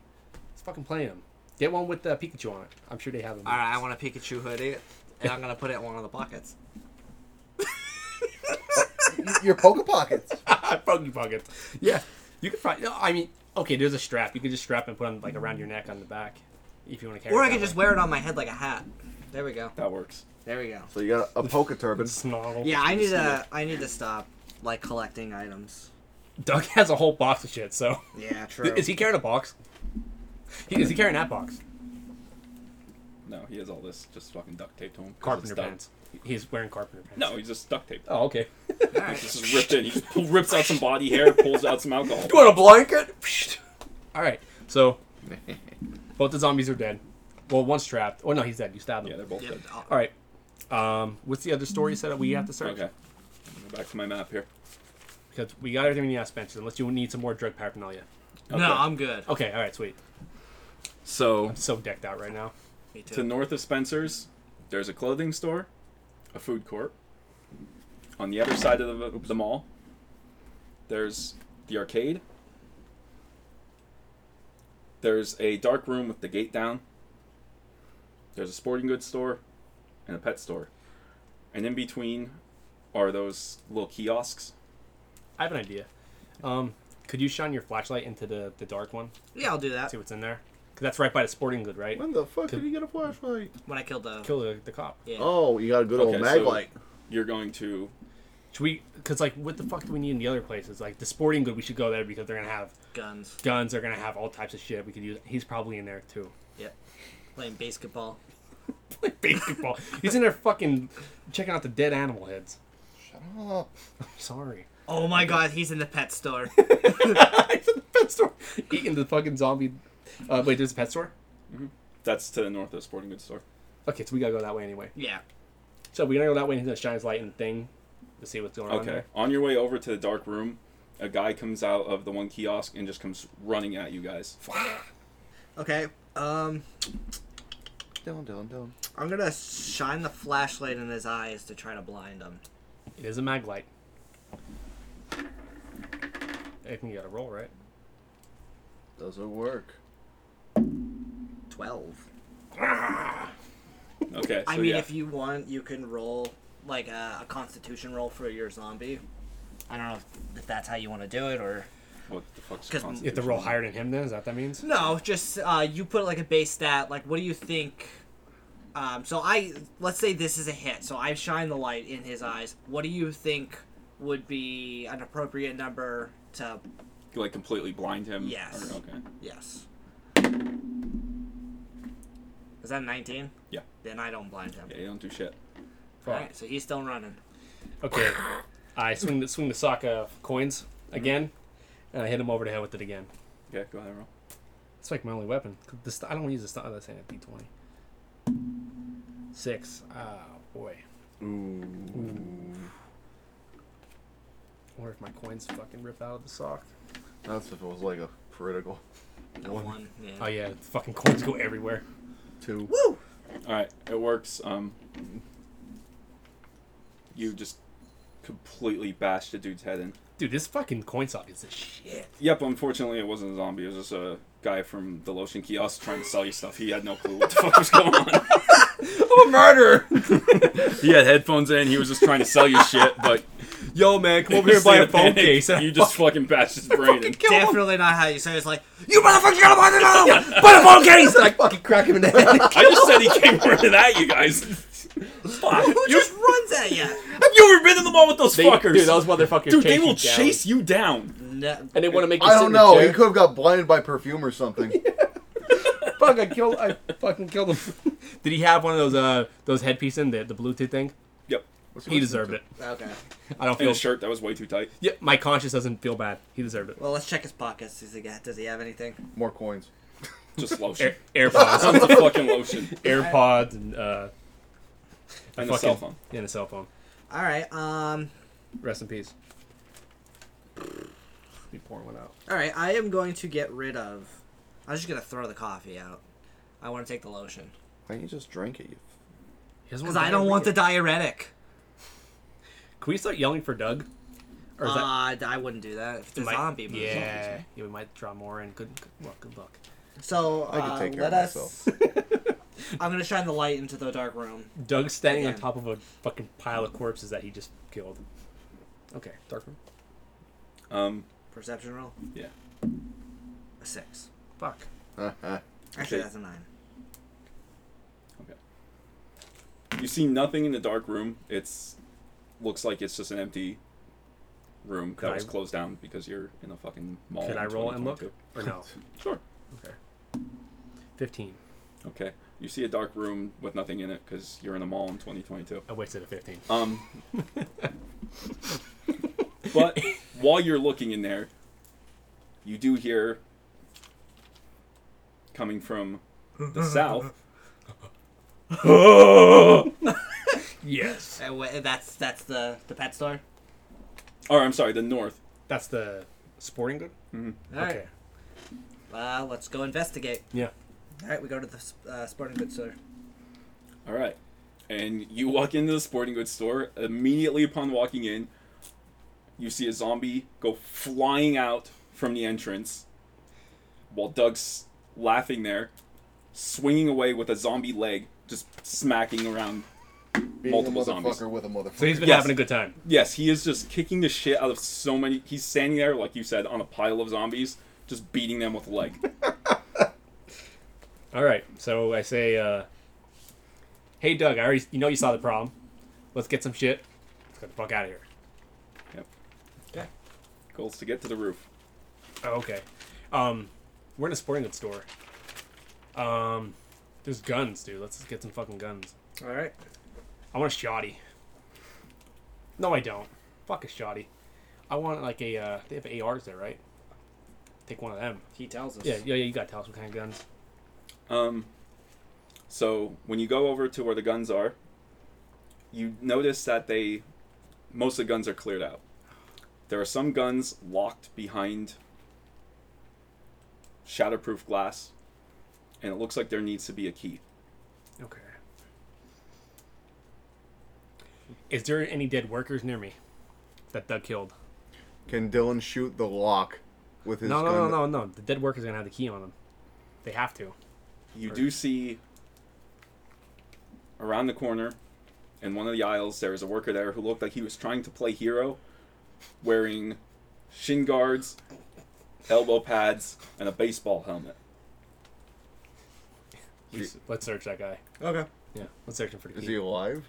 S3: Let's fucking play him. Get one with uh, Pikachu on it. I'm sure they have them.
S4: All right, I want a Pikachu hoodie, and I'm gonna put it in one of the pockets.
S5: Your poke pockets.
S3: Froggy pockets. Yeah, you could probably. no, I mean, okay, there's a strap. You could just strap and put on like around your neck on the back, if you want to carry.
S4: Or
S3: it
S4: I could
S3: that
S4: just
S3: way.
S4: wear it on my head like a hat. There we go.
S2: That works.
S4: There we go.
S5: So you got a, a poke turban.
S3: Snoggle.
S4: Yeah, I need to. I need to stop like collecting items.
S3: Doug has a whole box of shit. So,
S4: Yeah, true.
S3: is he carrying a box? He, is he carrying that box?
S2: No, he has all this just fucking duct taped to him. 'cause it's
S3: Carpenter
S2: dumb.
S3: pants. He's wearing carpenter pants.
S2: No, he's just duct taped.
S3: Oh, okay.
S4: All right.
S2: This is ripped in. He just pull- rips out some body hair, pulls out some alcohol.
S3: want a blanket? All right. So, both the zombies are dead. Well, one's trapped. Oh no, he's dead. You stabbed
S2: Yeah,
S3: him.
S2: they're both
S4: Yep.
S2: dead.
S4: I'll-
S3: All right. Um, what's the other story set up we have to search?
S2: Okay. Go back to my map here.
S3: Because we got everything we need out of Spencer, unless you need some more drug paraphernalia.
S2: Okay.
S4: No, I'm good.
S3: Okay, all right, sweet.
S2: So,
S3: So decked out right now.
S4: Me too.
S2: to north of Spencer's, there's a clothing store, a food court. On the other side of the, the mall, there's the arcade. There's a dark room with the gate down. There's a sporting goods store and a pet store. And in between are those little kiosks.
S3: I have an idea. Um, could you shine your flashlight into the, the dark one?
S4: Yeah, I'll do that
S3: See what's in there? Because that's right by the sporting good, right?
S5: the fuck did you get a flashlight?
S4: when I killed the.
S3: Kill the, the cop.
S4: Yeah.
S5: Oh, you got a good old
S2: Okay,
S5: mag
S2: so-
S5: light.
S2: You're going to
S3: Should we? Because like, what the fuck do we need in the other places? Like the sporting good, we should go there because they're gonna have
S4: Guns.
S3: guns. They're gonna have all types of shit. We could use. He's probably in there too.
S4: Yep. Playing basketball.
S3: Like basketball. He's in there fucking checking out the dead animal heads.
S5: Shut up.
S3: Sorry.
S4: Oh my god, he's in the pet store.
S3: He's in the pet store eating the fucking zombie. Uh, wait, there's a pet store.
S2: That's to the north of the sporting goods store.
S3: Okay, so we gotta go that way anyway.
S4: yeah.
S3: So we're gonna go that way and he's gonna shine his light in the thing to see what's going on
S2: Okay.
S3: there.
S2: On your way over to the dark room, a guy comes out of the one kiosk and just comes running at you guys.
S4: Okay. Um.
S5: Down, down, down.
S4: I'm gonna shine the flashlight in his eyes to try to blind him.
S3: It is a mag light. I think you gotta roll, right?
S5: Doesn't work.
S4: Twelve.
S2: Okay.
S4: I
S2: so
S4: mean,
S2: yeah.
S4: if you want, you can roll like a, a Constitution roll for your zombie. I don't know if, if that's how you want to do it or
S2: What the fuck's
S4: 'Cause
S3: You have to roll higher than him then, is that what that means?
S4: no. Just uh, you put like a base stat. Like, what do you think? Um, so I let's say this is a hit. So I shine the light in his eyes. What do you think would be an appropriate number to?
S2: like completely blind him?
S4: Yes.
S2: Or- okay.
S4: Yes. Is that nineteen?
S2: Yeah.
S4: Then I don't blind him.
S2: Yeah, you don't do shit.
S4: All right, so he's still running.
S3: Okay. I swing the swing the sock of coins again, and I hit him over the head with it again.
S2: Okay, go ahead and roll.
S3: It's like my only weapon. The st- I don't use the stock. That's saying a d20. Six. Oh boy. I wonder if my coins fucking ripped out of the sock.
S5: That's if it was like a critical.
S4: No
S5: One.
S4: one. yeah.
S3: Oh yeah, fucking coins go everywhere.
S5: Two.
S4: Woo!
S2: All right, it works. Um, you just completely bashed the dude's head in.
S3: Dude, this fucking coin sock is a shit.
S2: Yep. Unfortunately, it wasn't a zombie. It was just a guy from the lotion kiosk trying to sell you stuff. He had no clue what the fuck was going on.
S5: I'm a murderer!
S2: He had headphones in. He was just trying to sell you shit. But
S3: Yo man, come over here and buy a phone case.
S2: You just fucking bashed his brain in.
S4: Definitely not how you say it. It's like,
S3: Oh,
S4: you motherfucker, you gotta buy the
S3: buy a phone case.
S5: I fucking crack him in the head.
S2: I just said he came running at you guys. Fuck.
S4: Who
S2: You-
S4: just runs at you?
S2: Have you ever been in the mall with those
S1: They,
S2: fuckers?
S1: dude, those motherfuckers.
S2: Dude, they
S1: you
S2: will
S1: down,
S2: chase you down.
S4: No.
S1: and they want to make you.
S5: I
S1: sit
S5: don't
S1: in a
S5: know. He
S1: chair.
S5: could have got blinded by perfume or something.
S3: Fuck, I killed. I fucking killed him. Did he have one of those uh those headpiece in the the Bluetooth thing?
S2: Yep.
S5: What's
S3: He deserved it.
S4: Okay.
S3: I don't
S2: In
S3: feel.
S2: his shirt that was way too tight.
S3: Yeah, my conscience doesn't feel bad. He deserved it.
S4: Well, let's check his pockets. Does he got? Does he have anything?
S5: More coins.
S2: Just lotion.
S3: Air, AirPods,
S2: Tons of fucking lotion.
S3: AirPods, and uh,
S2: And
S3: fucking-
S2: a cell phone.
S3: and a cell phone.
S4: All right. Um.
S3: Rest in peace. Be pouring one out.
S4: All right. I am going to get rid of. I'm just gonna throw the coffee out. I want to take the lotion
S5: Why don't you just drink it? You
S4: because I don't want the diuretic.
S3: Can we start yelling for Doug? Or
S4: Uh, I wouldn't do that if it's a
S3: it might-
S4: zombie movie.
S3: Yeah, yeah, we might draw more. And good, good luck. Good luck.
S4: So
S5: I could
S4: uh,
S5: take care
S4: let
S5: of
S4: us. I'm gonna shine the light into the dark room.
S3: Doug's standing on
S4: Again.
S3: top of a fucking pile of corpses that he just killed. Okay, dark room.
S2: Um,
S4: Perception roll.
S2: yeah.
S4: A six.
S3: Fuck.
S5: f-
S4: Actually,
S2: Okay.
S4: that's a nine.
S2: Okay. You see nothing in the dark room. It's looks like it's just an empty room
S3: Could
S2: that
S3: I-
S2: was closed down because you're in a fucking mall.
S3: Can
S2: in
S3: I roll and look?
S2: 2022.
S3: Or no?
S2: Sure.
S3: Okay. Fifteen.
S2: Okay. You see a dark room with nothing in it because you're in a mall in 2022.
S3: I wasted a fifteen.
S2: Um. but while you're looking in there, you do hear coming from the south.
S3: Yes.
S4: Uh, wha- that's that's the the pet store.
S2: Or I'm sorry, the north.
S3: That's the sporting good.
S4: All right.
S3: Okay.
S4: Uh, let's go investigate.
S3: Yeah.
S4: All right, we go to the s- uh, sporting goods store.
S2: All right. And you walk into the sporting goods store. Immediately upon walking in, you see a zombie go flying out from the entrance while Doug's laughing there, swinging away with a zombie leg, just smacking around.
S5: Being
S2: Multiple
S5: a motherfucker
S2: zombies.
S5: with a motherfucker.
S3: So he's been
S2: Yes.
S3: having a good time.
S2: Yes, he is just kicking the shit out of so many. He's standing there, like you said, on a pile of zombies, just beating them with a leg.
S3: All right. So I say, uh, "Hey, Doug, I already you know you saw the problem. Let's get some shit. Let's get the fuck out of here."
S2: Yep. Okay. Goals to get to the roof.
S3: Oh, okay. Um, we're in a sporting goods store. Um, there's guns, dude. Let's just get some fucking guns.
S4: All right.
S3: I want a shoddy. No, I don't. Fuck a shoddy. I want like a. Uh, they have ARs there, right? Take one of them.
S4: He tells us.
S3: Yeah, yeah, yeah. You got to tell us what kind of guns.
S2: Um, so when you go over to where the guns are, you notice that they most of the guns are cleared out. There are some guns locked behind shatterproof glass, and it looks like there needs to be a key.
S3: Okay. Is there any dead workers near me that Doug killed?
S5: Can Dylan shoot the lock with his
S3: No,
S5: gun?
S3: no, no, no, no. The dead workers are gonna have the key on them. They have to.
S2: You do see around the corner in one of the aisles there is a worker there who looked like he was trying to play hero wearing shin guards, elbow pads, and a baseball helmet.
S3: We- Let's search that guy.
S4: Okay.
S3: Yeah, let's search him for the
S5: Is
S3: key.
S5: he alive?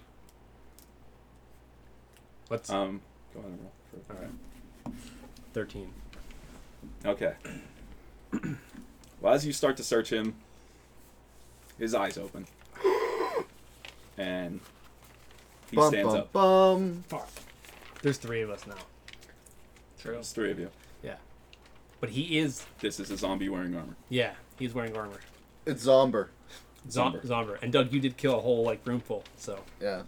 S3: Let's
S2: Um go ahead and roll for
S3: All right. 13.
S2: Okay. Well, as you start to search him, his eyes open. And he
S5: bum,
S2: stands
S5: bum,
S2: up.
S5: bum.
S3: Fuck. There's three of us now.
S4: True.
S2: There's three of you.
S3: Yeah. But he is,
S2: This is a zombie wearing armor.
S3: yeah, he's wearing armor.
S5: It's Zomber.
S3: Zom-
S2: Zomber.
S3: Zomber. And Doug, you did kill a whole, like, room full. So
S5: Yeah.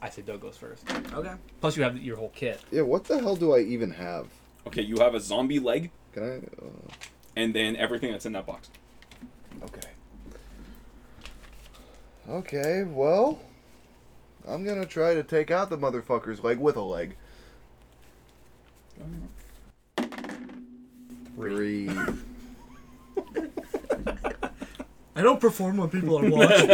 S3: I say Doug goes first.
S4: Okay.
S3: Plus, you have your whole kit.
S5: Yeah, what the hell do I even have?
S2: Okay, you have a zombie leg
S5: Can I? Uh,
S2: and then everything that's in that box.
S5: okay. Okay, well, I'm gonna try to take out the motherfucker's leg with a leg. Three.
S4: I don't perform when people are watching.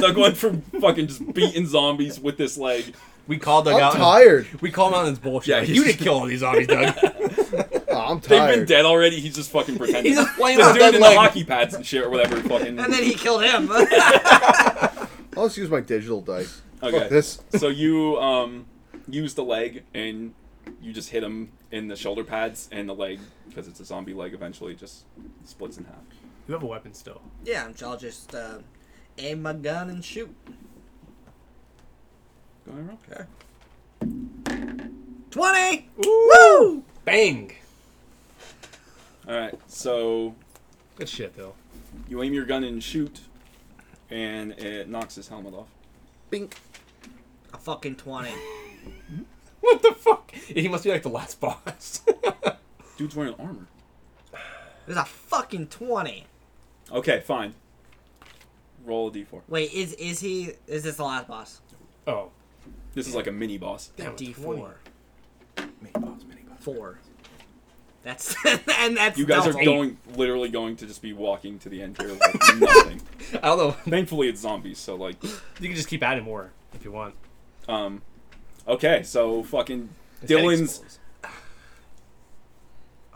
S2: Doug went from fucking just beating zombies with this leg.
S3: We call Doug
S5: I'm
S3: out.
S5: tired.
S3: We call him out on his bullshit.
S2: Yeah,
S3: Like,
S2: he's-
S3: you did kill all these zombies, Doug.
S5: Oh, I'm
S2: They've
S5: tired.
S2: been dead already. He's just fucking pretending.
S3: he's just playing
S2: the
S3: with
S2: dude
S3: Doug
S2: in
S3: leg.
S2: the hockey pads and shit or whatever. Fucking.
S4: and then he killed him.
S5: I'll just use my digital dice.
S2: Okay.
S5: Fuck this.
S2: so you um use the leg and you just hit him in the shoulder pads and the leg because it's a zombie leg. Eventually, just splits in half.
S3: You have a weapon still.
S4: yeah, I'll just uh, aim my gun and shoot.
S2: Go ahead, roll.
S4: Okay. 20! Woo!
S3: Bang!
S2: All right. So
S3: Good shit, though.
S2: you aim your gun and shoot, and it knocks his helmet off.
S5: Bink.
S4: A fucking 20.
S3: What the fuck? He must be like the last boss.
S2: Dude's wearing armor.
S4: There's a fucking 20.
S2: Okay, fine. Roll a d4.
S4: Wait, is is he. Is this the last boss?
S3: oh.
S2: This is like a mini boss.
S3: Damn, a
S4: D4.
S3: 20. Mini boss, mini boss.
S4: Four. That's. and that's.
S2: You guys are
S4: double.
S2: going, literally going to just be walking to the end here like nothing.
S3: I don't know.
S2: Thankfully, it's zombies, so like,
S3: You can just keep adding more if you want.
S2: um, okay, so fucking
S3: His head
S2: Dylan's
S3: explodes.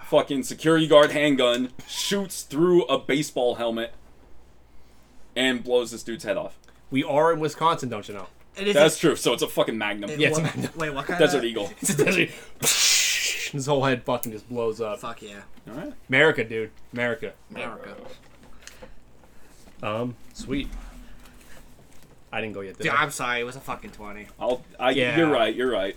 S2: fucking security guard handgun shoots through a baseball helmet and blows this dude's head off.
S3: We are in Wisconsin, don't you know?
S4: And is
S2: That's
S4: it-
S2: true. So it's a fucking magnum.
S4: it-
S3: Yeah, it's
S4: what-
S3: a magnum.
S4: Wait, what kind
S2: Desert
S4: of.
S2: Eagle.
S3: It's a desert. His whole head fucking just blows up.
S4: Fuck yeah.
S2: All right.
S3: America, dude. America.
S4: America.
S3: Um, sweet. I didn't go yet. Did
S4: Dude,
S3: I?
S4: I'm sorry. It was a fucking 20.
S2: I'll. I,
S3: Yeah.
S2: You're right. You're right.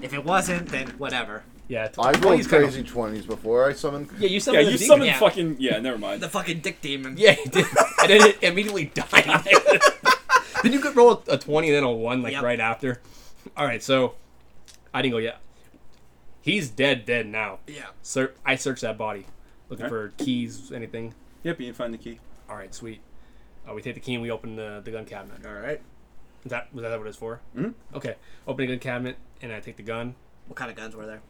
S4: If it wasn't, then whatever.
S3: Yeah,
S5: I've rolled
S3: 20's kinda-
S5: crazy twenties before. I summoned.
S3: Yeah, you
S2: Yeah,
S3: summoned.
S2: you
S3: a demon.
S2: summoned
S4: Yeah.
S2: fucking. Yeah, never mind.
S4: The fucking dick demon.
S3: Yeah, he did. and then it immediately died. then you could roll a, a 20 and then a 1, like,
S4: Yep.
S3: right after. All right, so I didn't go yet. He's dead, dead now.
S4: Yeah.
S3: Sir, I searched that body looking
S2: Okay.
S3: for keys, anything.
S2: Yep, you can find the key.
S3: All right, sweet. Uh, we take the key and we open the, the gun cabinet.
S4: Alright.
S3: Is that was that what it's for? Mm-hmm. Okay, open the gun cabinet and I take the gun.
S4: What kind of guns were there?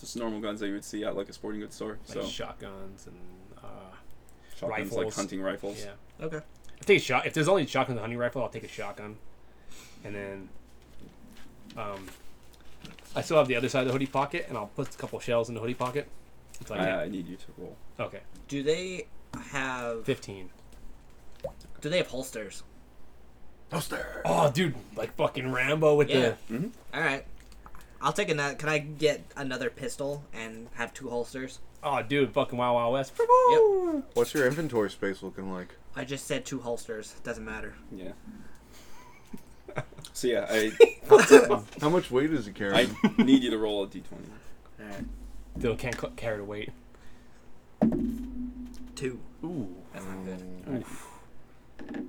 S2: Just normal guns that you would see at like a sporting goods store.
S3: Like
S2: So
S3: shotguns and uh,
S2: shotguns, like
S3: rifles.
S2: hunting rifles.
S3: yeah.
S4: Okay.
S3: I take a shot. If there's only shotgun and honey rifle, I'll take a shotgun. And then, um, I still have the other side of the hoodie pocket, and I'll put a couple shells in the hoodie pocket. It's like,
S2: I, I need you to roll.
S3: okay,
S4: Do they have.
S3: fifteen.
S4: Do they have holsters?
S3: Oh, dude, like fucking Rambo with
S4: Yeah.
S3: the.
S4: Alright. I'll take another. Can I get another pistol and have two holsters?
S3: Oh, dude, fucking Wild Wild West.
S5: What's your inventory space looking like?
S4: I just said two holsters. Doesn't matter.
S2: Yeah. so yeah, I
S5: How much weight is he
S2: I
S5: carrying?
S2: need you to roll a d20.
S4: Alright.
S3: Still can't c- carry the weight.
S4: Two.
S3: Ooh,
S4: That's not good.
S3: Mm.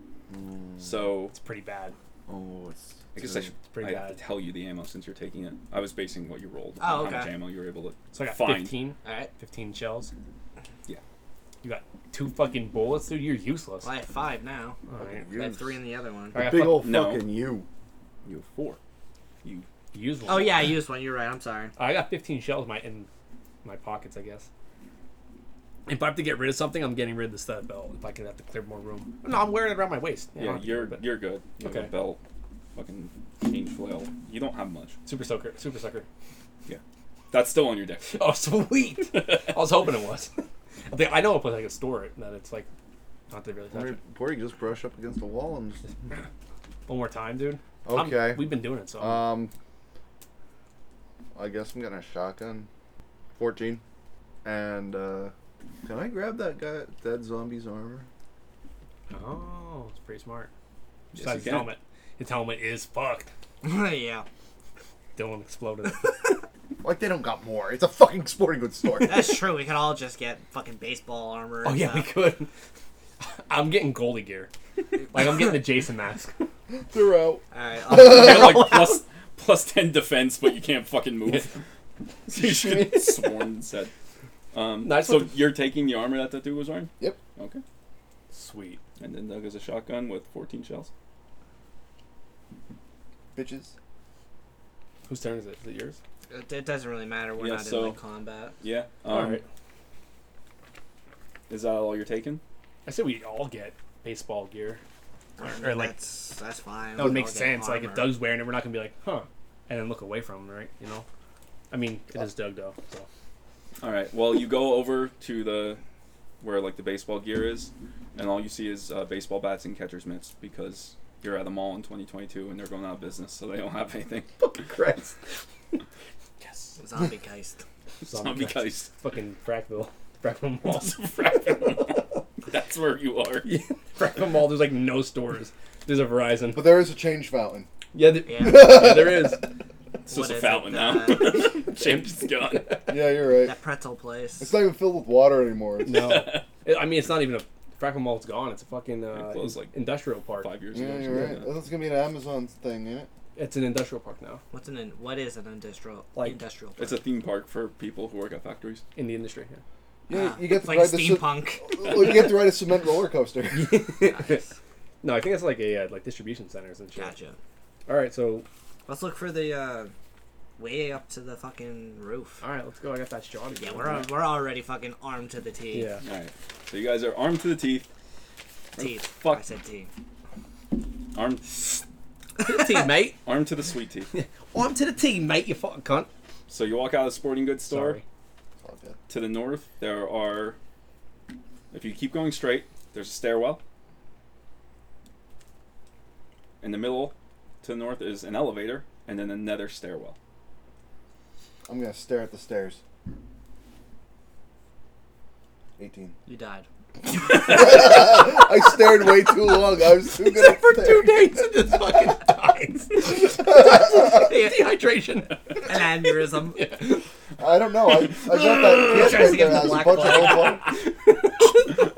S2: So
S3: it's pretty bad.
S5: oh, it's.
S2: I guess I should
S3: pretty
S2: I have to
S3: bad.
S2: tell you the ammo since you're taking it. I was basing what you rolled.
S4: Oh,
S2: How much
S4: okay.
S2: ammo you were able to
S3: So I got
S2: find.
S3: fifteen.
S4: Alright.
S3: 15 shells.
S2: Yeah.
S3: You got two fucking bullets, dude. You're useless.
S4: Well, I have five now.
S3: All right.
S4: I have three in the other one.
S3: All right, I
S5: Big
S3: fuck-
S5: old
S2: No.
S5: fucking you.
S2: You have four. You
S3: Use one.
S4: Oh yeah, I used one. You're right. I'm sorry.
S3: I got 15 shells in my in my pockets, I guess. If I have to get rid of something, I'm getting rid of the stud belt. If I can have to clear more room. No, I'm wearing it around my waist. I
S2: yeah,
S3: don't
S2: you're
S3: care, but-
S2: you're good. You have a
S3: Okay.
S2: belt, fucking chain flail. You don't have much.
S3: super sucker. Super sucker.
S2: Yeah, that's still on your deck.
S3: Oh sweet! I was hoping it was. I think I know a place I can store it. That it's like not to really touch
S5: Or,
S3: it.
S5: or you can just brush up against the wall and just,
S3: One more time, dude. I'm-
S5: okay.
S3: we've been doing it so.
S2: Uh,
S5: Um, I guess I'm getting a shotgun. 14. And, uh, can I grab that guy, that zombie's armor?
S3: oh, it's pretty smart.
S2: Yes,
S3: Besides
S2: you
S3: his
S2: can.
S3: helmet, his helmet is fucked.
S4: yeah,
S3: Dylan exploded. it.
S5: Like, they don't got more. It's a fucking sporting goods store.
S4: that's true. We could all just get fucking baseball armor.
S3: oh
S4: and
S3: yeah, we
S4: stuff.
S3: could. I'm getting Goldie gear. Like I'm getting the Jason mask.
S5: They're out.
S4: All right, I'll-
S2: You got like plus plus ten defense, but you can't fucking move. you should have sworn and said. Um,
S3: Nice
S2: so
S3: one.
S2: you're taking the armor that that dude was wearing?
S5: Yep.
S2: Okay.
S3: Sweet.
S2: And then Doug has a shotgun with 14 shells.
S5: Bitches.
S3: Whose turn is it? Is it yours?
S4: it, it doesn't really matter. We're
S2: Yeah,
S4: not
S2: so-
S4: in like, combat.
S2: Yeah. Um,
S3: all right.
S2: Is that all you're taking?
S3: I said we all get baseball gear.
S4: I mean,
S3: or, like-
S4: that's that's fine.
S3: That would
S4: We
S3: make
S4: all get
S3: sense. Like if
S4: armor.
S3: Doug's wearing it, we're not gonna be like, huh, and then look away from him, right? You know. I mean, it is Doug though. So.
S2: All right. Well, you go over to the where like the baseball gear is, and all you see is uh, baseball bats and catcher's mitts because you're at the mall in 2022 and they're going out of business, so they don't have anything.
S5: Fucking Christ.
S3: Yes.
S4: zombie geist.
S2: Zombie guys.
S3: Fucking Frackville. Frackville Mall.
S2: That's where you are.
S3: Frackville Mall. There's like no stores. There's a Verizon.
S5: But there is a change fountain.
S3: Yeah, th-
S4: Yeah.
S3: yeah there is.
S2: It's just
S4: What
S2: a
S4: is
S2: fountain
S4: it,
S2: now. James is gone.
S5: Yeah, you're right.
S4: That pretzel place.
S5: It's not even filled with water anymore. It's-
S3: No. It- I mean, it's not even a. Frackville Mall's gone. It's a fucking uh,
S2: It closed, like,
S3: industrial park.
S2: Five years ago.
S5: Yeah,
S2: or
S5: you're
S2: something
S5: right.
S2: like that.
S5: That's gonna be an Amazon thing, ain't it?
S3: It's an industrial park now
S4: What's an in, what is an industrial
S3: Like-
S4: industrial?
S2: It's a theme park for people who work at factories.
S3: in the industry. Yeah.
S5: Yeah,
S4: Ah,
S5: you get
S4: it's
S5: to
S4: like
S5: ride the ce-
S4: steampunk.
S5: you get to ride a cement roller coaster.
S4: Nice.
S3: No, I think it's like a uh, like distribution centers and shit.
S4: Gotcha.
S3: All right, so
S4: Let's look for the uh, way up to the fucking roof.
S3: all right, let's go. I got that shot again.
S4: Yeah, we're al- we're already fucking armed to the teeth.
S3: yeah.
S2: All right. So you guys are armed to the teeth.
S4: Teeth.
S2: Fuck.
S4: I said teeth.
S2: Armed,
S3: team, mate.
S2: armed to the sweet teeth.
S3: On to the team, mate. You fucking cunt.
S2: So you walk out of the sporting goods store.
S3: Sorry.
S5: Okay.
S2: To the north, there are. If you keep going straight, there's a stairwell. In the middle, to the north is an elevator, and then another stairwell.
S5: I'm gonna stare at the stairs. 18.
S4: You died.
S5: I stared way too long. I was too good at
S3: for two
S5: staring.
S3: days and just fucking dies. Dehydration.
S4: An aneurysm.
S5: I don't know. I, I got that
S4: Tries to
S5: kiss right there
S4: give
S5: that
S4: him the
S5: has a
S4: black
S5: bunch of
S4: eye.
S5: whole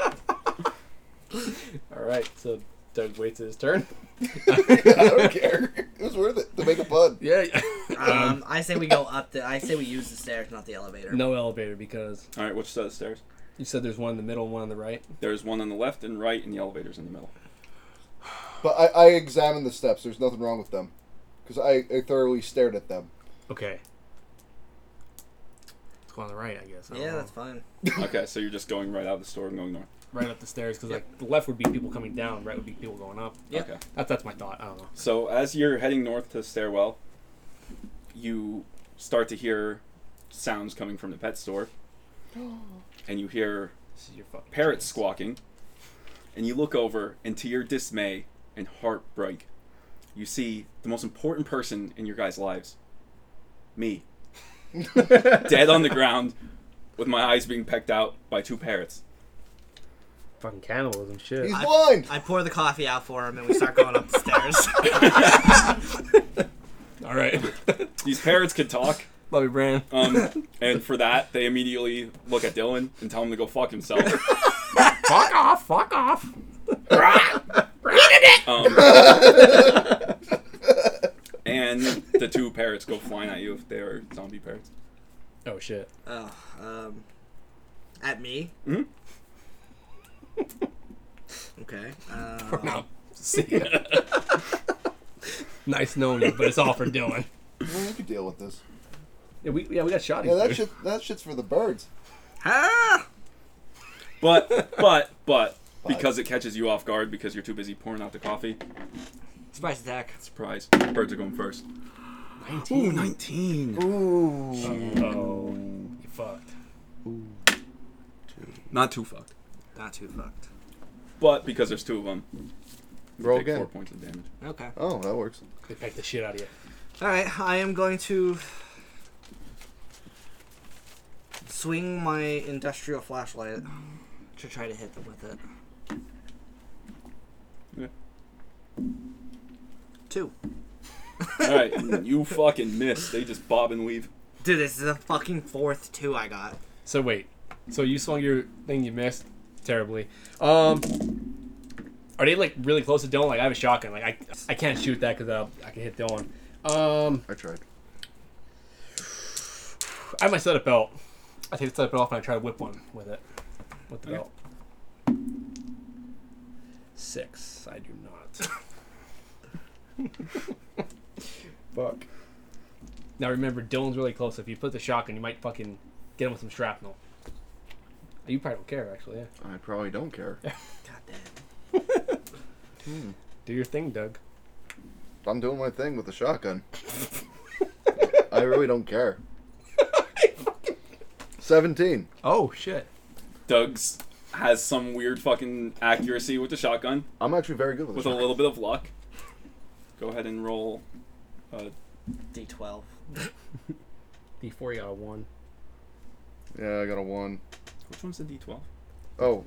S5: blood.
S3: All right, so Doug waits his turn.
S5: I don't care. It was worth it to make a pun.
S3: Yeah.
S4: Um, I say we go up the. I say we use the stairs, not the elevator.
S3: no elevator because
S2: All right, which set of stairs?
S3: you said there's one in the middle, and one on the right.
S2: There's one on the left and right, and the elevator's in the middle.
S5: But I, I examined the steps. There's nothing wrong with them. Because I, I thoroughly stared at them.
S3: Okay. Let's go on the right, I guess. I don't
S4: Yeah,
S3: know.
S4: that's fine.
S2: Okay, so you're just going right out of the store and going north.
S3: right up the stairs because like the left would be people coming down, right would be people going up.
S4: Yep.
S2: Okay.
S3: That's that's my thought. I don't know.
S2: So as you're heading north to the stairwell, you start to hear sounds coming from the pet store, and you hear
S3: This is your fucking
S2: parrots
S3: choice.
S2: squawking, and you look over, and to your dismay and heartbreak, you see the most important person in your guys' lives, me, dead on the ground, with my eyes being pecked out by two parrots.
S3: Fucking cannibalism shit.
S5: He's blind!
S4: I pour the coffee out for him, and we start going up the stairs.
S3: All right,
S2: These parrots could talk.
S3: love you, Brand.
S2: Um, and for that, they immediately look at Dylan and tell him to go fuck himself.
S3: fuck off! Fuck off!
S2: Um, and the two parrots go flying at you if they are zombie parrots.
S3: Oh shit!
S4: oh, um, at me. Okay. Uh,
S3: No. See ya. nice knowing you, but it's all for Dylan.
S5: Well, you can deal with this.
S3: Yeah, we, yeah, we got shot.
S5: Yeah, that shit. That shit's for the birds.
S4: ah!
S2: But but but because it catches you off guard because you're too busy pouring out the coffee.
S4: Surprise attack.
S2: Surprise! Birds are going first.
S3: 19.
S2: 19.
S5: Ooh.
S3: Oh, you fucked.
S2: Not too fucked.
S4: Not too fucked.
S2: But because there's two of them,
S5: Roll
S2: take four
S5: again.
S2: points of damage.
S4: Okay.
S5: Oh, that works.
S3: They pecked the shit out of you.
S4: All right. I am going to swing my industrial flashlight to try to hit them with it.
S2: Yeah.
S4: Two.
S2: All right, you fucking miss. They just bob and weave.
S4: Dude, this is the fucking fourth two I got.
S3: So wait, so you swung your thing, you missed terribly. Um, are they like really close to Dylan? Like I have a shotgun, like I I can't shoot that because uh, I can hit Dylan. Um,
S5: I tried.
S3: I have my setup belt. I take the setup belt off and I try to whip one with it, with the
S2: Okay.
S3: belt. Six. I do not. Fuck. Now remember, Dylan's really close. If you put the shotgun, you might fucking get him with some shrapnel. You probably don't care, actually. Yeah.
S5: I probably don't care.
S4: God damn.
S3: Do your thing, Doug.
S5: I'm doing my thing with the shotgun. I really don't care. Seventeen.
S3: Oh shit.
S2: Doug's has some weird fucking accuracy with the shotgun.
S5: I'm actually very good with,
S2: With
S5: the
S2: a
S5: shotgun.
S2: little bit of luck, go ahead and roll. Uh,
S4: D12.
S3: Before you got a one.
S5: Yeah, I got a one.
S2: which one's the D12?
S5: Oh,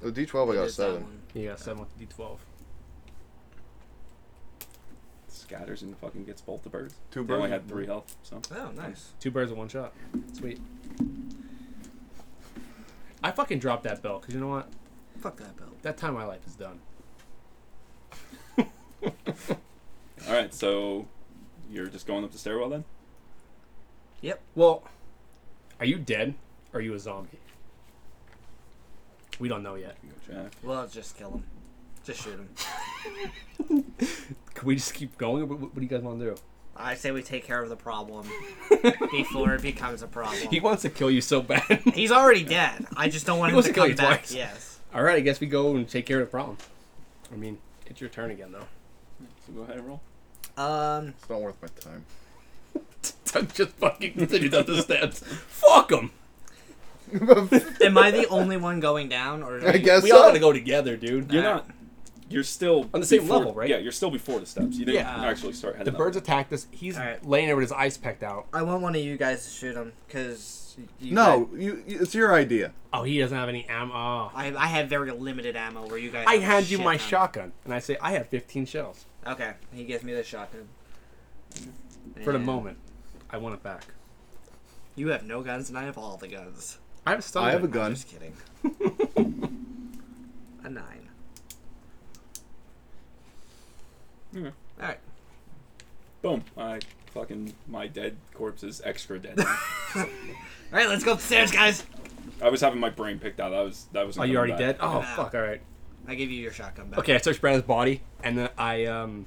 S5: the D12 I got a
S4: There's that
S5: seven.
S4: one.
S3: You got seven with D twelve.
S2: Scatters and fucking gets both the birds.
S5: Two
S2: They only
S5: birds.
S2: had three health, so
S4: Oh, nice.
S3: Two birds with one shot. Sweet. I fucking dropped that belt because you know what?
S4: Fuck that belt.
S3: That time of my life is done.
S2: all right. So you're just going up the stairwell then?
S4: Yep.
S3: Well, are you dead? Or are you a zombie? We don't know yet.
S2: You can go check.
S4: Well, just kill him. Just shoot him.
S3: Can we just keep going? Or what, what do you guys want to do?
S4: I say we take care of the problem before it becomes a problem.
S3: He wants to kill you so bad.
S4: He's already dead. I just don't want
S3: He
S4: him
S3: wants
S4: to
S3: to kill
S4: come
S3: you
S4: back.
S3: twice.
S4: Yes.
S3: All right, I guess we go and take care of the problem. I mean, it's your turn again though.
S2: So go ahead and roll.
S4: Um.
S5: It's not worth my time.
S3: Doug just fucking continued up the steps. Fuck him.
S4: Am I the only one going down, or
S5: I guess
S3: We
S5: so.
S3: all gotta go together, dude.
S2: You're
S4: Nah.
S2: not. You're still
S3: Uh, On the same
S2: before-
S3: level, right?
S2: Yeah, you're still before the steps. You didn't
S3: Yeah.
S2: actually start
S3: The
S2: heading.
S3: birds
S2: Up.
S3: attacked us. He's
S4: All right.
S3: laying there with his eyes pecked out.
S4: I want one of you guys to shoot him because
S5: No, you, you- it's your idea.
S3: Oh, he doesn't have any oh. ammo.
S4: I, I have very limited ammo. Where you guys?
S3: I
S4: have a
S3: hand you
S4: shit
S3: my
S4: ton.
S3: shotgun, and I say I have 15 shells
S4: Okay, he gives me the shotgun.
S3: for the
S4: And
S3: moment. I want it back.
S4: you have no guns, and I have all the guns.
S3: I have a stun.
S5: I have a
S3: gun.
S5: gun.
S4: Just kidding. a nine.
S3: Hmm.
S2: Okay.
S4: All right.
S2: Boom! I fucking my dead corpse is extra dead. now.
S4: All right, let's go upstairs, guys.
S2: I was having my brain picked out. That was that was.
S3: Oh, you already dead? Oh,
S4: Yeah.
S3: fuck. All right.
S4: I give you your shotgun back.
S3: Okay, I search Brandon's body, and then I um,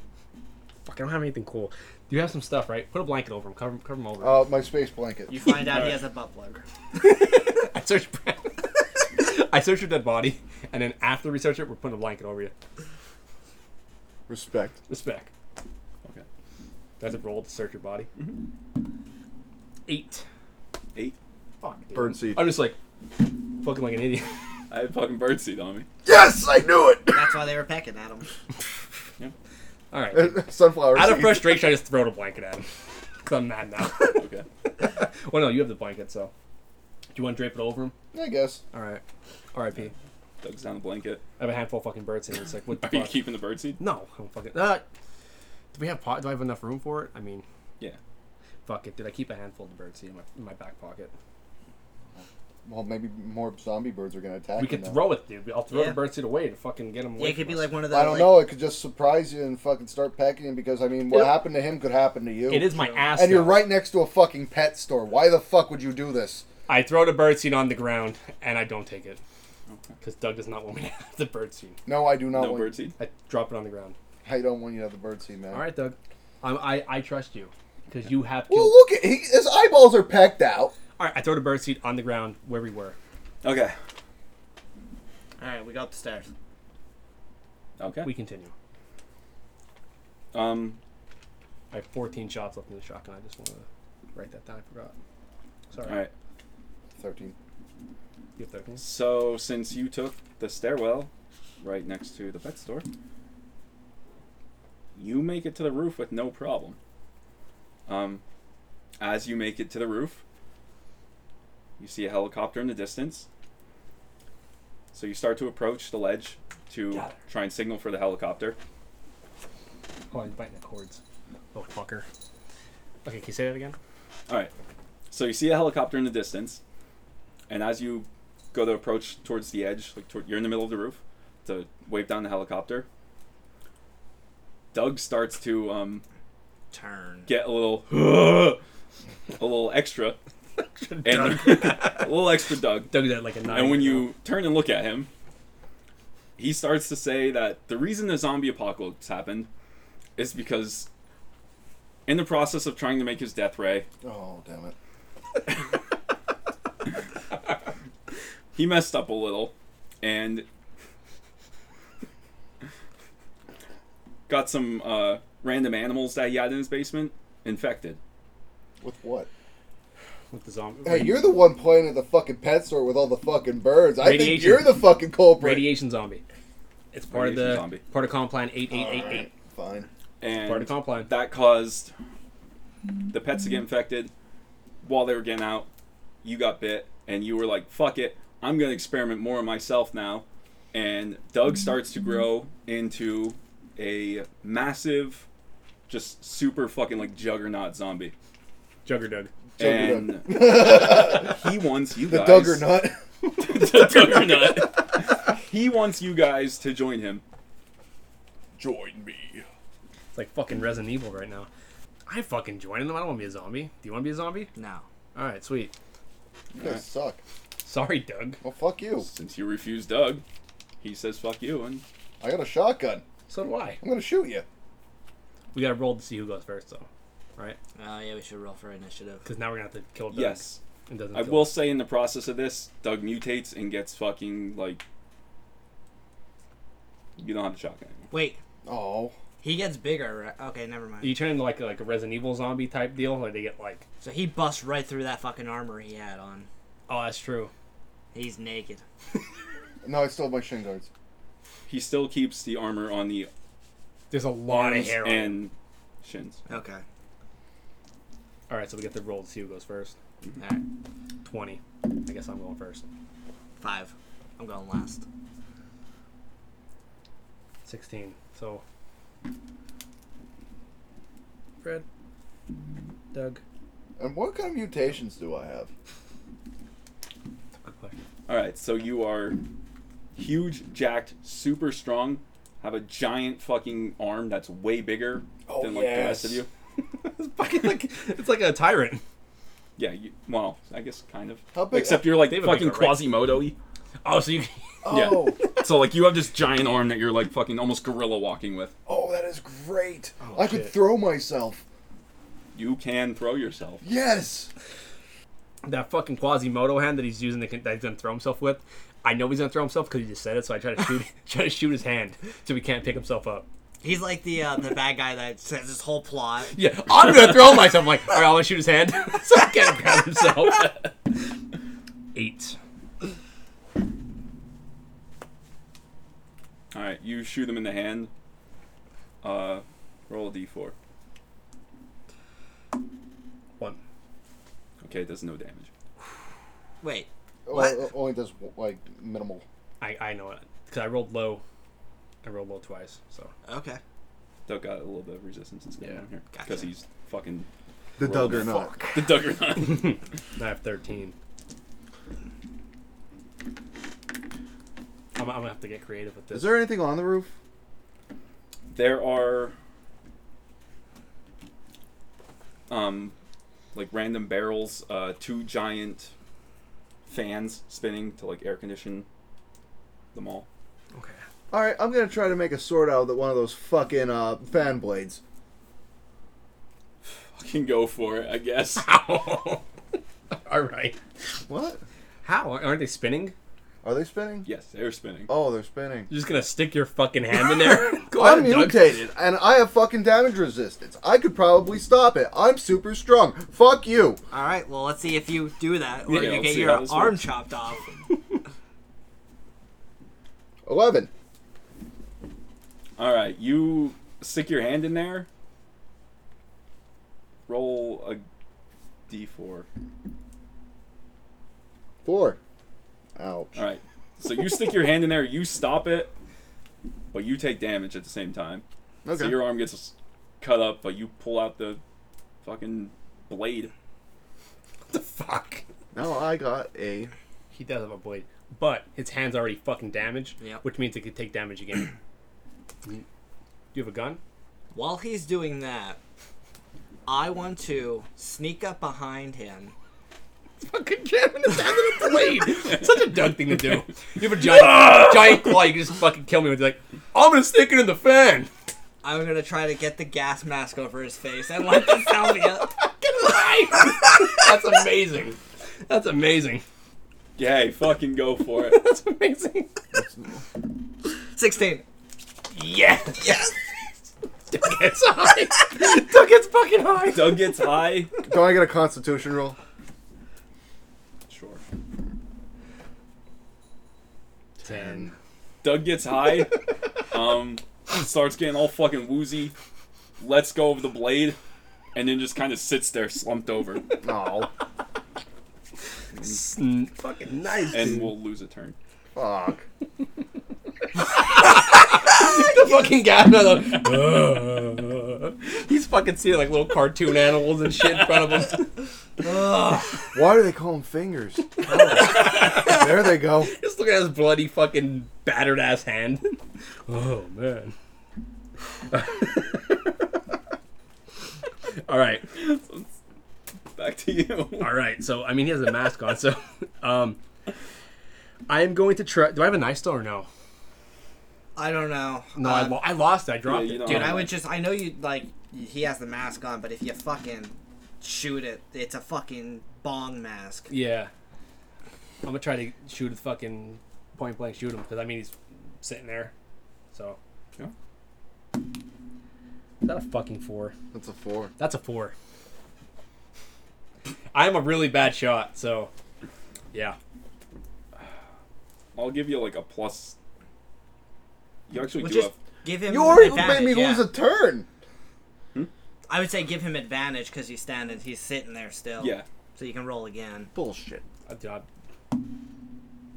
S3: fuck. I don't have anything cool. You have some stuff, right? Put a blanket over him. Cover, him- cover him over.
S5: Uh, my space blanket.
S4: You find out
S2: Alright.
S4: he has a butt plug.
S3: I search. Brandon. I search your dead body, and then after we search it, we're putting a blanket over you.
S5: Respect.
S3: Respect.
S2: Okay.
S3: That's a roll to search your body. Mm-hmm. Eight.
S2: Eight.
S3: Fuck. dude.
S5: Bird seed.
S3: I'm just like fucking like an idiot.
S2: I had fucking birdseed on me.
S5: Yes, I knew it.
S4: That's why they were pecking at him.
S3: All right. dude.
S5: Sunflower
S3: Out of
S5: seed.
S3: frustration, I just throw the blanket at him. Cause I'm mad now.
S2: Okay.
S3: well, no, you have the blanket, so. Do you want to drape it over him?
S5: I guess.
S3: All right. R.I.P.
S2: Doug's down the blanket.
S3: I have a handful of fucking birds in. It's like what the
S2: Are you
S3: fuck?
S2: keeping the birdseed?
S3: no, I don't fucking. Uh, do we have pot? Do I have enough room for it? I mean,
S2: Yeah.
S3: fuck it. Did I keep a handful of the birdseed in my, in my back pocket?
S5: Well, maybe more zombie birds are gonna attack.
S3: We
S5: you
S3: could
S5: now.
S3: throw it, dude. I'll throw
S4: uh, Yeah.
S3: the birdseed away to fucking get him. Away
S4: Yeah, it could
S3: from
S4: be
S3: us.
S4: like one of the.
S5: I don't
S4: like-
S5: know. It could just surprise you and fucking start packing him because I mean, what
S3: Yep.
S5: happened to him could happen to you.
S3: It is my ass.
S5: And you're
S3: though.
S5: right next to a fucking pet store. Why the fuck would you do this?
S3: I throw the birdseed on the ground and I don't take it. because Doug does not want me to have the bird seed.
S5: No, I do not
S2: No
S5: want.
S2: birdseed.
S3: I drop it on the ground.
S5: I don't want you to have the bird seed, man.
S3: All right, Doug. I'm, I I trust you because you have
S5: Well,
S3: killed.
S5: look at he, his eyeballs are pecked out.
S3: All right, I throw the bird seed on the ground where we were.
S2: Okay.
S4: All right, we go up the stairs.
S2: Okay.
S3: We continue.
S2: um.
S3: I have 14 shots left in the shotgun. I just want to write that down. I forgot. Sorry.
S2: All right.
S5: Thirteen.
S3: You have 13?
S2: So since you took the stairwell, right next to the pet store, you make it to the roof with no problem. Um, as you make it to the roof, you see a helicopter in the distance. So you start to approach the ledge to
S3: Got it.
S2: try and signal for the helicopter.
S3: Oh, I'm biting the cords. Oh, fucker. Okay, can you say that again?
S2: All right. So you see a helicopter in the distance, and as you go to approach towards the edge, like toward, you're in the middle of the roof, to wave down the helicopter. Doug starts to um,
S4: Turn.
S2: get a little, a little extra, and a little extra Doug.
S3: Doug did that like a nine.
S2: And when you turn and look at him, he starts to say that the reason the zombie apocalypse happened is because, in the process of trying to make his death ray,
S5: Oh damn it.
S2: he messed up a little and got some uh, random animals that he had in his basement infected.
S5: With what?
S3: with the zombie.
S5: Hey, you're the one playing at the fucking pet store with all the fucking birds. I think
S3: Radiation.
S5: you're the fucking culprit.
S3: radiation zombie. It's part of
S2: Radiation
S3: the
S2: zombie.
S3: part of comp plan eight eight eight eight.
S5: Alright, Fine.
S3: Part of
S2: And
S3: comp plan.
S2: that caused the pets to get infected while they were getting out. You got bit and you were like, fuck it, I'm going to experiment more on myself now. And Doug starts to grow into a massive, just super fucking like juggernaut zombie.
S3: Jugger Doug.
S2: And
S5: the
S2: he wants you guys.
S5: Dugger nut.
S2: the Duggernut. he wants you guys to join him.
S5: Join me.
S3: It's like fucking Resident Evil right now. I fucking joining them. I don't want to be a zombie. Do you want to be a zombie?
S4: No.
S3: All right, sweet.
S5: You guys suck.
S3: Sorry, Doug.
S5: Well, fuck you.
S2: Since you refuse Doug, he says fuck you and
S5: I got a shotgun.
S3: So do I.
S5: I'm gonna shoot you.
S3: We gotta roll to see who goes first, though, right?
S4: Oh yeah, we should roll for initiative.
S3: Because now we're gonna have to kill Doug.
S2: yes.
S3: It doesn't.
S2: I
S3: kill-
S2: will say in the process of this, Doug mutates and gets fucking like you don't have a shotgun anymore.
S4: Wait,
S5: Oh.
S4: he gets bigger. Right? Okay, never mind.
S3: You turn into like like a Resident Evil zombie type deal, where they get like.
S4: So he busts right through that fucking armor he had on.
S3: Oh, that's true.
S4: He's naked.
S5: No, I stole my shin guards.
S2: He still keeps the armor on the
S3: There's a lot of
S4: Arms
S3: hair. on it.
S2: and shins.
S4: Okay.
S3: All right, so we get the roll to see who goes first.
S4: All right.
S3: Twenty. I guess I'm going first.
S4: Five. I'm going last.
S3: Sixteen. So. Fred. Doug.
S5: And what kind of mutations do I have?
S3: Good question.
S2: Alright, so you are huge, jacked, super strong, have a giant fucking arm that's way bigger
S5: Oh,
S2: than like the rest of
S5: yes.
S2: you.
S3: it's fucking like it's like a tyrant.
S2: Yeah, you, well, I guess kind of.
S5: How big-
S2: Except you're like
S3: They have a
S2: fucking
S3: big array.
S2: Quasimodo-y.
S3: Oh, so you.
S5: Oh.
S2: So like you have this giant arm that you're like fucking almost gorilla walking with.
S5: Oh, that is great.
S3: Oh,
S5: I could
S3: shit.
S5: throw myself.
S2: You can throw yourself.
S5: Yes.
S3: that fucking Quasimodo hand that he's using that he's gonna throw himself with. I know he's gonna throw himself because he just said it, so I try to shoot try to shoot his hand so he can't pick himself up.
S4: He's like the uh, the bad guy that says this whole plot.
S3: Yeah, I'm gonna throw myself. I'm like, all right, I want to shoot his hand so he can't grab himself. Eight.
S2: All right, you shoot him in the hand. Uh, roll a d4.
S3: One.
S2: Okay, it does no damage.
S4: Wait.
S5: Oh,
S4: What?
S5: oh, Only does like minimal.
S3: I I know it because I rolled low. I rolled low twice, so
S4: Okay.
S2: Doug got a little bit of resistance to going
S3: Yeah.
S2: on here
S4: Gotcha.
S2: because he's fucking
S5: The
S2: Roll
S5: Dugger nut.
S2: the Duggernaut.
S3: now I have thirteen. I'm, I'm gonna have to get creative with this.
S5: Is there anything on the roof?
S2: there are um like random barrels, uh, two giant fans spinning to like air condition the mall.
S3: Okay.
S5: All right, I'm gonna try to make a sword out of one of those fucking uh, fan blades.
S2: Fucking go for it, I guess.
S3: Ow. All right.
S5: What?
S3: How aren't they spinning?
S5: Are they spinning?
S2: yes, they're spinning.
S5: Oh, they're spinning.
S3: You're just gonna stick your fucking hand in there. Go
S5: I'm
S3: ahead, Doug.
S5: mutated, and I have fucking damage resistance. I could probably stop it. I'm super strong. Fuck you.
S4: All right. Well, let's see if you do that, or
S2: Yeah,
S4: you
S2: let's
S4: get
S2: see
S4: your
S2: how this
S4: arm
S2: works.
S4: chopped off.
S5: Eleven.
S2: All right, you stick your hand in there. Roll a d4.
S5: Four. Ouch.
S2: All right, so you stick your hand in there, you stop it, but you take damage at the same time.
S5: Okay.
S2: So your arm gets cut up, but you pull out the fucking blade.
S3: What the fuck?
S5: now I got a.
S3: He does have a blade, but his hand's already fucking damaged,
S4: Yeah.
S3: which means it could take damage again. Do you have a gun?
S4: While he's doing that, I want to sneak up behind him.
S3: Fucking jamming his hand in a blade. Such a Doug thing to do. You have a giant, giant claw. You can just fucking kill me with like, I'm gonna stick it in the fan.
S4: I'm gonna try to get the gas mask over his face. I want the salvia.
S3: Get away! That's amazing. That's amazing.
S2: Yay, fucking go for it.
S3: That's amazing.
S4: Sixteen.
S3: Yeah. Yes. Doug gets high. Doug gets fucking high.
S2: Doug gets high.
S5: Don't I get a Constitution roll?
S2: Sure.
S3: Ten.
S2: Doug gets high. Um, starts getting all fucking woozy. Lets go of the blade, and then just kind of sits there slumped over,
S5: No.
S3: Sn- fucking nice.
S2: and we'll lose a turn.
S5: Fuck.
S3: the fucking guy. the- He's fucking seeing like little cartoon animals and shit in front of him.
S5: Why do they call them fingers? Oh. there they go.
S3: Just look at his bloody fucking battered ass hand. Oh man. All right.
S2: Back to you.
S3: All right. So I mean, he has a mask on. So, um, I am going to try. Do I have a knife still or no?
S4: I don't know.
S3: No,
S4: Uh,
S3: I, lo- I lost. it. I dropped
S2: you
S3: it.
S2: don't
S3: Dude,
S2: have
S3: I
S4: I
S2: it.
S3: would.
S4: would just. I know you like. He has the mask on, but if you fucking shoot it, it's a fucking bong mask.
S3: Yeah. I'm gonna try to shoot a fucking point blank. Shoot him because I mean he's sitting there. So.
S2: Yeah.
S3: Is that a fucking four?
S5: That's a four.
S3: That's a four. I'm a really bad shot, so yeah.
S2: I'll give you like a plus. You actually
S4: Well,
S2: do
S4: just
S2: have.
S4: give him.
S5: You already
S4: advantage,
S5: made me
S4: yeah.
S5: lose a turn.
S4: I would say give him advantage because he's standing. He's sitting there still.
S2: Yeah.
S4: So you can roll again.
S5: Bullshit.
S3: A job.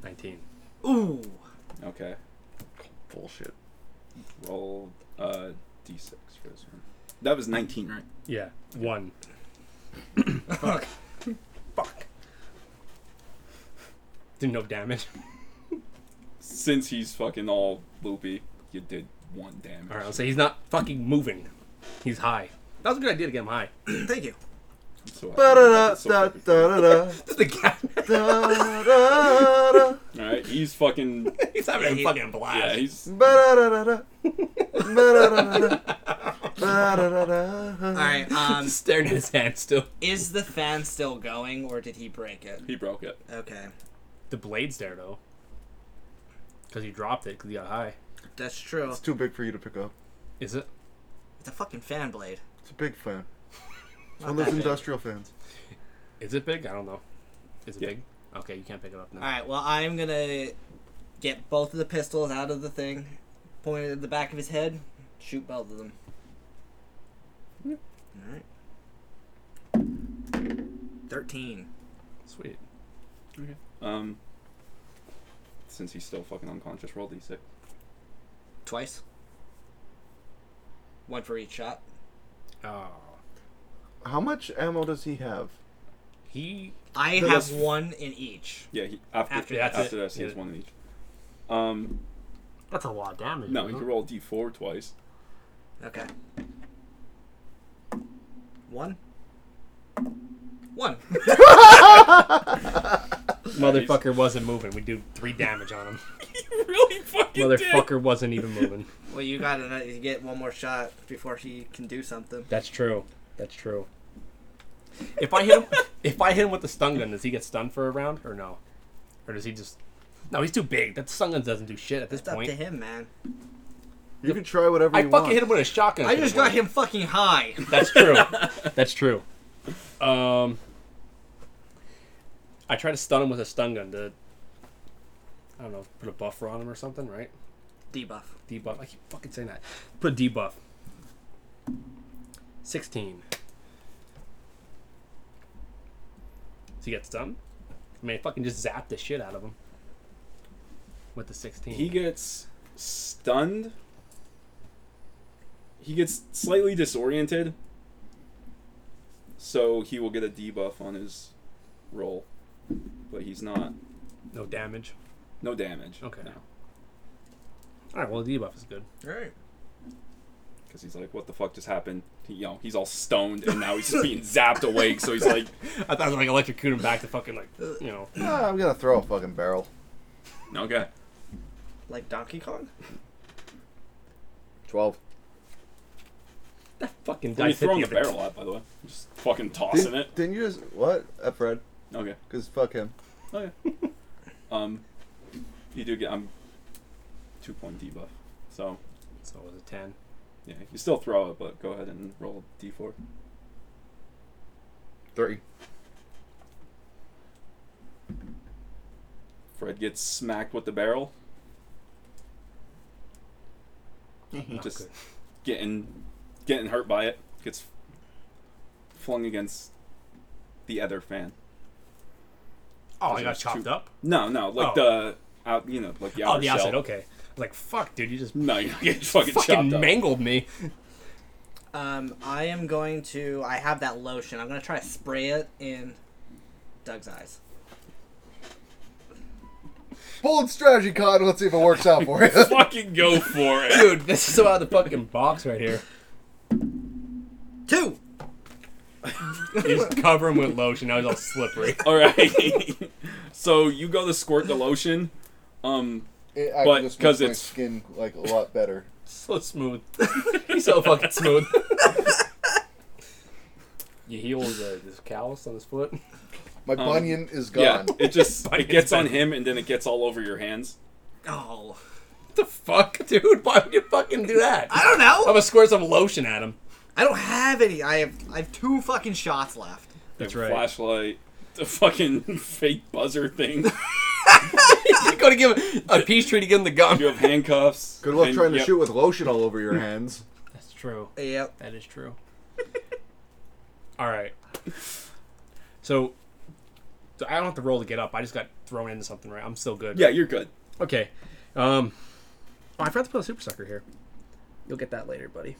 S3: Nineteen.
S4: Ooh.
S2: Okay.
S5: Bullshit.
S2: Roll uh, d6 for this one. That was 19, right?
S3: Yeah. One.
S4: Fuck.
S3: Fuck. Didn't no damage.
S2: Since he's fucking all loopy, you did one damage.
S3: Alright, I'll say he's not fucking moving. He's high. That was a good idea to get him high.
S4: Thank you.
S2: So I- that's so fucking-
S5: Ba-da-da-da-da-da-da.
S3: Just the guy.
S2: All right, he's fucking.
S3: he's having
S4: Yeah,
S3: a
S4: he-
S3: fucking blast.
S2: Yeah, he's
S5: Ba-da-da-da-da. Ba-da-da-da-da. Ba-da-da-da-da.
S4: All right. Um,
S3: Just staring at his hand still.
S4: is the fan still going, or did he break it?
S2: he broke it.
S4: Okay,
S3: The blade's there though. Because he dropped it because he got high.
S4: that's true.
S5: It's too big for you to pick up.
S3: Is it?
S4: It's a fucking fan blade.
S5: It's a big fan. It's
S4: Not
S5: One of
S4: that
S5: those
S4: big.
S5: industrial fans.
S3: Is it big? I don't know. Is it
S2: Yeah.
S3: big? Okay, you can't pick it up now.
S4: All right. Well, I'm gonna get both of the pistols out of the thing, point it at the back of his head, shoot both of them. All right. Thirteen.
S3: Sweet.
S2: Um, since he's still fucking unconscious, roll d6.
S4: Twice. One for each shot.
S3: Oh.
S5: How much ammo does he have?
S3: He.
S4: I
S5: No,
S4: have
S5: that's-
S4: one in each.
S2: Yeah, he, after
S4: After
S2: after,
S4: that's
S3: it.
S2: this, he has
S3: Yeah.
S2: one in each. Um,
S3: That's a lot of damage.
S2: no, you can roll d4 twice.
S4: Okay. One. One.
S3: Motherfucker wasn't moving. We do three damage on him.
S2: really fucking did.
S3: Motherfucker wasn't even moving.
S4: Well, you got to get one more shot before he can do something.
S3: That's true. That's true. If I hit him, if I hit him with the stun gun, does he get stunned for a round or no? Or does he just? No, he's too big. That stun gun doesn't do shit at this
S4: It's up
S3: point.
S4: to him, man.
S5: You can try whatever
S3: I
S5: you
S3: fucking
S5: want.
S3: hit him with a shotgun.
S4: I just got him fucking high.
S3: That's true. That's true. Um, I tried to stun him with a stun gun to, I don't know, put a buffer on him or something, right?
S4: Debuff.
S3: Debuff. I keep fucking saying that. Put debuff. Sixteen. So he gets stunned. I mean, I fucking just zapped the shit out of him with the sixteen.
S2: He gets stunned. He gets slightly disoriented. So he will get a debuff on his roll. But he's not.
S3: no damage.
S2: No damage.
S3: Okay.
S2: No.
S3: All right. Well, the debuff is good.
S4: Right.
S2: Because he's like, what the fuck just happened? He, you know, he's all stoned and now he's just being zapped awake. So he's like,
S3: I thought I was like electrocute him back to fucking like you know.
S5: Ah, I'm gonna throw a fucking barrel.
S2: okay.
S4: Like Donkey Kong?
S5: Twelve.
S3: Fucking
S2: Are you
S3: dice hit
S2: throwing the
S3: other-
S2: barrel at, by the way? Just fucking tossing it.
S5: Didn't, didn't you just what? Up Fred?
S2: Okay.
S5: Cause fuck him.
S2: Okay. um, you do get um, two point debuff. So
S3: So it was a ten.
S2: yeah, you still throw it, but go ahead and roll d d4.
S5: Three.
S2: Fred gets smacked with the barrel,
S3: Not
S2: just
S3: good.
S2: getting getting hurt by it. Gets flung against the other fan.
S3: Oh, I
S2: it
S3: got
S2: was
S3: chopped
S2: too-
S3: up.
S2: No, no, like the out, you know, like the outer
S3: Oh, the
S2: shell.
S3: outside. Okay. I was like, fuck, dude, you just
S2: No, you get fucking,
S3: fucking
S2: chopped up.
S3: mangled me.
S4: Um, I am going to. I have that lotion. I'm going to try to spray it in Doug's eyes.
S5: Bold strategy, Cotton. Let's see if it works out for you.
S2: fucking go for it.
S3: Dude, this is out of the fucking box right here.
S4: Two!
S3: You just cover him with lotion. Now he's all slippery.
S2: All right. so you go to squirt the lotion. Um,
S5: It actually
S2: But-
S5: just
S2: 'cause
S5: makes my
S2: it's-
S5: skin like a lot better.
S3: So smooth. he's so fucking smooth. You heal the this callus on his foot.
S5: My bunion is
S2: Um, yeah,
S5: gone.
S2: it just
S3: Fucking
S2: it gets on
S3: bad.
S2: him and then it gets all over your hands.
S4: Oh.
S3: What the fuck, dude? Why would you fucking do that?
S4: I
S3: I'm
S4: don't know!
S3: gonna squirt some lotion at him.
S4: I don't have any. I have I have two fucking shots left.
S3: That's
S2: The
S3: right.
S2: Flashlight, the fucking fake buzzer thing.
S3: You're gonna give him a peace tree to give him the gum.
S2: You have handcuffs.
S5: Good luck
S2: and-
S5: trying to
S2: yep.
S5: shoot with lotion all over your hands.
S3: That's true.
S4: Yep.
S3: That is true. All right. So, so I don't have to roll to get up. I just got thrown into something, right? I'm still good.
S2: Yeah, you're good.
S3: Okay. Um. Oh, I forgot to put a super sucker here. You'll get that later, buddy.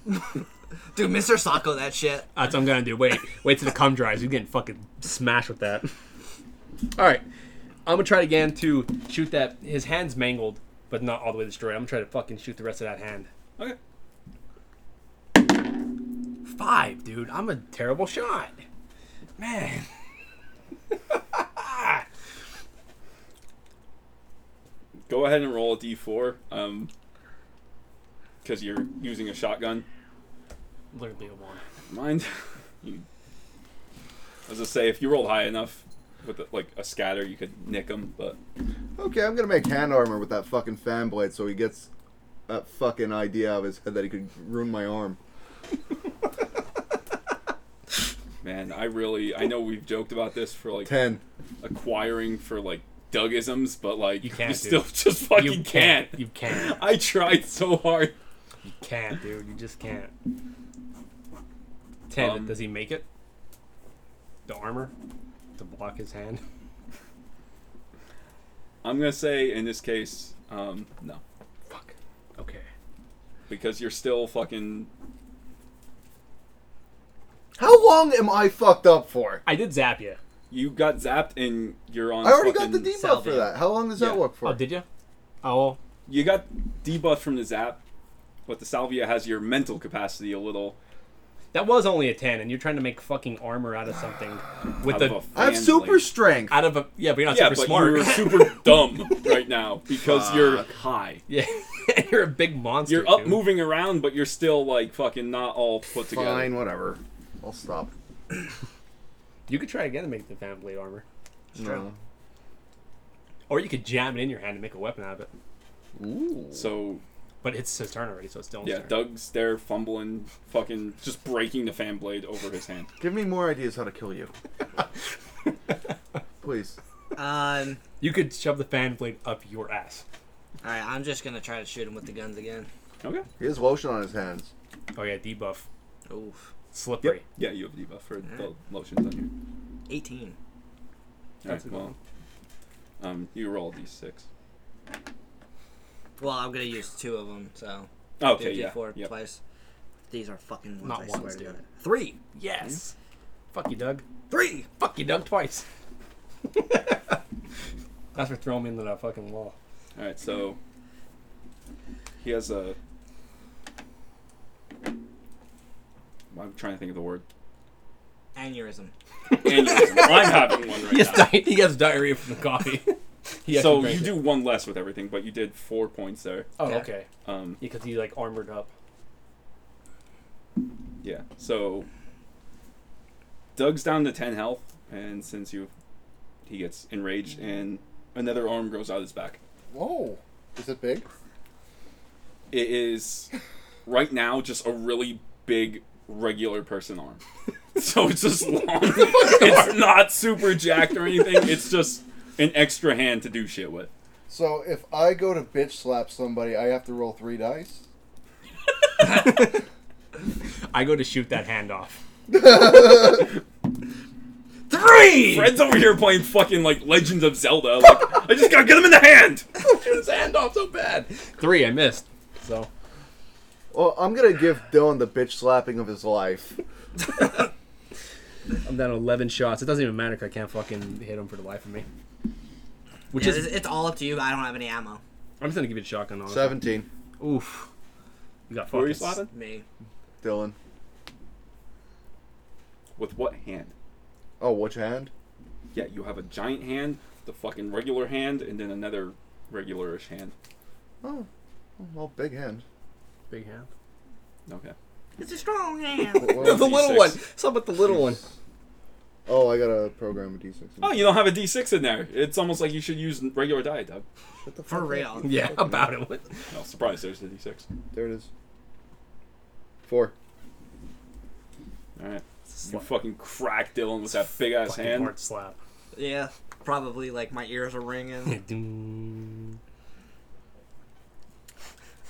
S4: Dude, Mr. Socko, that shit.
S3: That's what I'm gonna do. Wait, wait till the cum dries. You're getting fucking smashed with that. All right. I'm gonna try again to shoot that. His hand's mangled, but not all the way destroyed. I'm gonna try to fucking shoot the rest of that hand.
S2: Okay.
S3: Five, dude. I'm a terrible shot. Man.
S2: Go ahead and roll a d4. Um, because you're using a shotgun.
S3: Literally a one.
S2: Mind. you, as I say, if you rolled high enough with the, like a scatter, you could nick him. But
S5: Okay, I'm gonna make hand armor with that fucking fan blade so he gets that fucking idea out of his head that he could ruin my arm.
S2: man, I really I know we've joked about this for like
S5: Ten.
S2: acquiring for like Dougisms, but like you
S3: can't, dude.
S2: still just fucking
S3: you
S2: can't.
S3: can't. You can't.
S2: I tried so hard.
S3: You can't, dude. You just can't. Ten.
S2: Um,
S3: does he make it? The armor to block his hand.
S2: I'm gonna say in this case, um, no,
S3: Fuck. Okay.
S2: because you're still fucking.
S5: How long am I fucked up for?
S3: I did zap you.
S2: You got zapped and you're on.
S5: I already got
S2: fucking,
S5: the debuff
S3: salvia.
S5: for that. How long does that
S2: Yeah.
S5: work for?
S3: Oh, did you? Oh,
S2: You got debuff from the zap, but the salvia has your mental capacity a little.
S3: That was only a ten, and you're trying to make fucking armor out of something with
S2: Out of
S3: the
S2: a
S5: I have
S2: fan
S5: super
S2: blade.
S5: strength.
S3: out of a yeah, but you're not
S2: Yeah,
S3: super
S2: but
S3: smart.
S2: you're super dumb right now because you're high.
S3: yeah, you're a big monster.
S2: You're up
S3: dude.
S2: moving around, but you're still like fucking not all put together.
S5: Fine, whatever. I'll stop.
S3: You could try again to make the fan blade armor,
S5: No.
S3: or you could jam it in your hand and make a weapon out of it.
S5: Ooh.
S2: So
S3: But it's his turn already, so it's still his
S2: yeah,
S3: turn.
S2: Doug's there fumbling, fucking just breaking the fan blade over his hand.
S5: Give me more ideas how to kill you. Please.
S4: Um,
S3: You could shove the fan blade up your ass.
S4: all right, I'm just gonna try to shoot him with the guns again.
S2: Okay.
S5: He has lotion on his hands.
S3: Oh yeah, debuff,
S4: Oof,
S3: slippery.
S2: Yeah, you have debuff for the lotions on you.
S4: 18.
S2: Alright,
S3: a good
S2: well, um, you roll a d6.
S4: Well, I'm gonna use two of them, so
S2: Oh,
S4: do
S2: okay, yeah.
S4: D4
S2: yep.
S4: twice. These are fucking ones.
S3: Not
S4: I
S3: ones,
S4: swear to
S3: dude.
S4: God. Three,
S3: Yes. Fuck you, Doug.
S4: three.
S3: Fuck you, Doug, twice. That's for throwing me into that fucking wall.
S2: All right, so he has a. I'm trying to think of the word.
S4: Aneurysm.
S2: Aneurysm. I'm having one right
S3: He has,
S2: now.
S3: di- he has diarrhea from the coffee. He actually
S2: So
S3: drank
S2: you
S3: it.
S2: do one less with everything, but you did four points there.
S3: Oh,
S4: Yeah.
S3: okay.
S2: Um,
S3: Yeah, because he like armored up.
S2: yeah. So Doug's down to ten health, and since you, he gets enraged, and another arm grows out of his back.
S1: Whoa. Is it big?
S2: It is right now just a really big regular person arm. so it's just long. it's not super jacked or anything. It's just an extra hand to do shit with.
S1: So if I go to bitch slap somebody, I have to roll three dice.
S3: I go to shoot that hand off.
S4: Three.
S2: Fred's over here playing fucking like Legends of Zelda. Like, I just gotta get him in the hand.
S3: Shoot his hand off so bad. Three, I missed. So
S5: Well, I'm gonna give Dylan the bitch slapping of his life.
S3: I'm down eleven shots. It doesn't even matter because I can't fucking hit him for the life of me. Which
S4: Yeah,
S3: is
S4: it's, it's all up to you. I don't have any ammo.
S3: I'm just gonna give you a shotgun on
S5: Seventeen.
S3: Oof. You got
S2: Who are you
S3: fucking
S2: slapping?
S4: Me.
S5: Dylan.
S2: With what hand?
S5: Oh, which hand?
S2: Yeah, you have a giant hand, the fucking regular hand, and then another regularish hand.
S5: Oh, well, big hand.
S3: big hand.
S2: Okay.
S4: It's a strong hand.
S5: Well,
S3: the little
S2: D6.
S3: one. Something with the little one.
S5: oh, I gotta program a D6.
S2: Oh, you don't have a D6 in there. It's almost like you should use regular die, Doug.
S5: Shut the
S4: For
S5: fuck up.
S4: real.
S3: Yeah, about it. What-
S2: No surprise. There's the D6.
S5: There it is. Four.
S2: All right. You fucking crack Dylan with that big ass
S3: fucking
S2: hand.
S3: hard slap.
S4: Yeah, probably like my ears are ringing.
S3: Doom.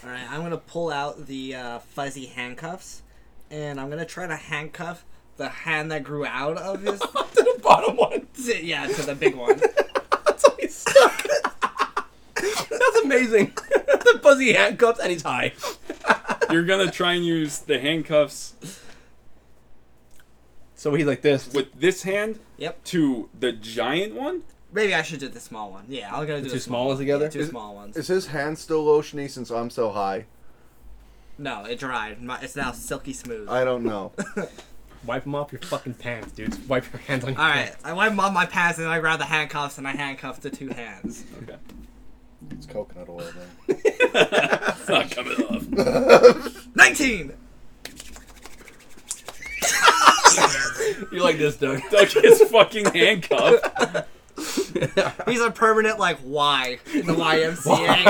S4: All right, I'm gonna pull out the uh, fuzzy handcuffs, and I'm gonna try to handcuff the hand that grew out of his.
S3: the bottom one.
S4: to- yeah, to the big one.
S3: That's how he's stuck. That's amazing. the fuzzy handcuffs and he's high.
S2: You're gonna try and use the handcuffs
S3: So he's like this.
S2: with this hand
S4: Yep.
S2: to the giant one.
S4: Maybe I should do the small one. Yeah, I'm gonna do
S3: two
S4: the
S3: small ones together?
S4: Yeah, two
S3: Is-
S4: small ones.
S5: Is his hand still lotiony since I'm so high?
S4: No, it dried. My, it's now silky smooth.
S5: I don't know.
S3: Wipe them off your fucking pants, dude. Wipe your hands on your
S4: All right, I wipe 'em on my pants, and I grab the handcuffs, and I handcuff the two hands.
S2: Okay.
S1: It's coconut oil then.
S2: It's not coming off.
S4: Nineteen.
S3: pants. You're like this, Doug.
S2: Doug is fucking handcuffed.
S4: He's a permanent like Y in the YMCA.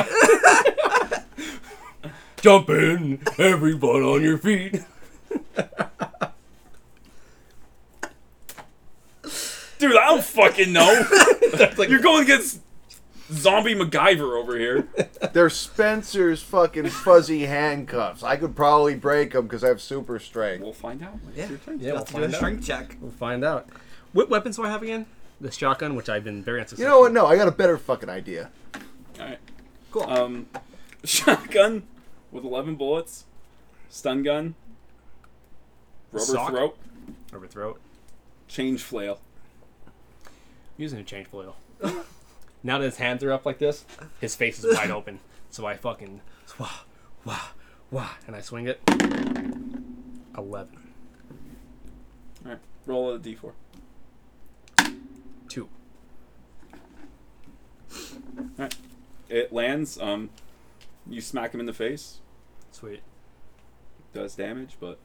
S3: Jump in, everybody on your feet.
S2: Dude, I don't fucking know.
S3: That's like
S2: You're going against zombie MacGyver over here.
S5: They're Spencer's fucking fuzzy handcuffs. I could probably break them because I have super strength.
S2: We'll find out. When
S4: Yeah.
S2: it's your turn.
S3: Yeah,
S4: You
S3: we'll
S4: have to do a
S3: find, out.
S4: strength check.
S3: we'll find out. What weapons do I have again? The shotgun, which I've been very
S5: You
S3: unsuccessful.
S5: know what? No, I got a better fucking idea.
S2: All right.
S4: Cool.
S3: Oh.
S2: Um, shotgun with 11 bullets, stun gun, rubber
S3: Sock?
S2: throat,
S3: Overthrow it.
S2: change flail.
S3: Using a change oil. now that his hands are up like this, his face is wide open. So I fucking wah, wah, wah, and I swing it. Eleven.
S2: All right, roll a d4.
S3: Two.
S2: It lands. Um, you smack him in the face.
S3: Sweet.
S2: Does damage, but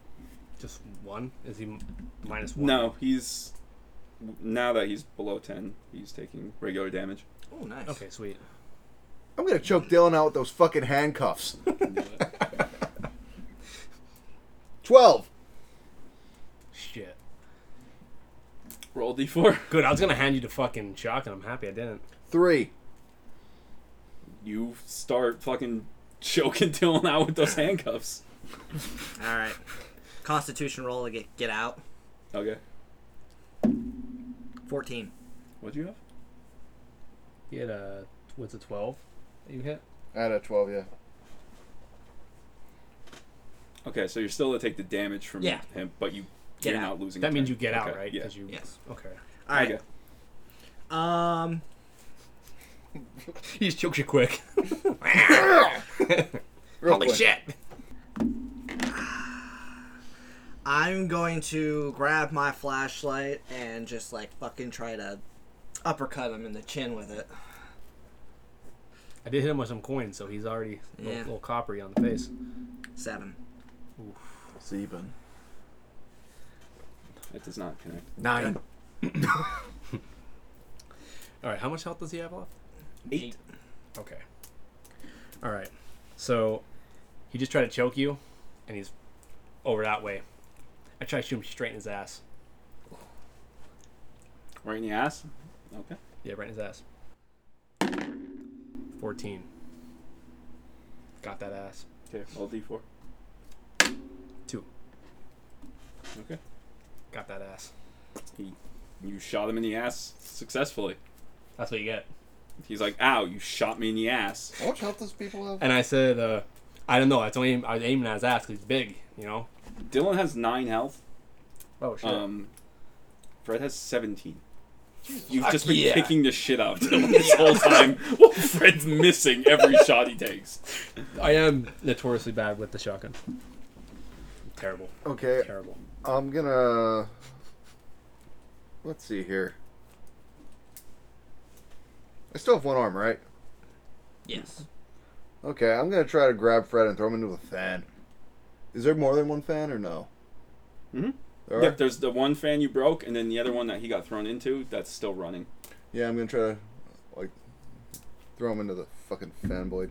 S3: Just one? Is he m- minus one?
S2: no, he's now that he's below ten, he's taking regular damage.
S4: Oh, nice.
S3: Okay, sweet.
S5: I'm gonna choke Dylan out with those fucking handcuffs. Twelve.
S3: Shit.
S2: roll a d4.
S3: Good. I was gonna hand you the fucking shotgun. I'm happy I didn't.
S5: Three.
S2: You start fucking choking Dylan out with those handcuffs.
S4: All right. Constitution roll to get get out.
S2: Okay,
S4: Fourteen.
S2: what do you have?
S3: He had a what's a twelve that you hit?
S1: At a twelve, yeah.
S2: Okay, so you're still to take the damage from
S4: Yeah.
S2: him, but you
S4: Get
S2: you're
S4: out.
S2: not losing. a
S3: That means
S2: turn.
S3: you get out,
S2: Okay,
S3: right?
S2: Yeah.
S3: 'Cause You,
S4: Yes.
S3: Okay.
S4: All right.
S2: Okay.
S4: Um.
S3: He just chokes you quick.
S1: Real
S3: Holy
S1: quick.
S3: shit!
S4: I'm going to grab my flashlight and just like fucking try to uppercut him in the chin with it.
S3: I did hit him with some coins, so he's already a little,
S4: Yeah.
S3: little coppery on the face.
S4: Seven.
S5: Seven.
S2: It does not connect.
S5: Nine.
S3: All right. How much health does he have left?
S2: Eight.
S3: Okay. All right. So he just tried to choke you, and he's over that way. I tried to shoot him straight in his ass.
S2: Right in the ass. Okay.
S3: Yeah, right in his ass. Fourteen. Got that ass.
S2: Okay. Roll d4.
S3: Two.
S2: Okay.
S3: Got that ass.
S2: You shot him in the ass successfully.
S3: That's what you get.
S2: He's like, "Ow! You shot me in the ass."
S1: How much health does people have?
S3: And I said, uh, I don't know. That's only I was aiming at his ass 'cause he's big, you know.
S2: Dylan has nine health.
S3: Oh shit.
S2: Um, Fred has seventeen. You've
S3: Fuck
S2: just been
S3: yeah.
S2: kicking the shit out of Dylan this whole time. While Fred's missing every shot he takes.
S3: I am notoriously bad with the shotgun. Terrible.
S5: Okay,
S3: Terrible.
S5: I'm gonna. Let's see here. I still have one arm, right?
S4: Yes.
S5: Okay, I'm gonna try to grab Fred and throw him into a fan. Is there more than one fan or no?
S3: Hmm?
S2: Mhm.
S5: There are?
S2: Yep. There's the one fan you broke, and then the other one that he got thrown into. That's still running.
S5: Yeah, I'm gonna try to like throw him into the fucking fan blade.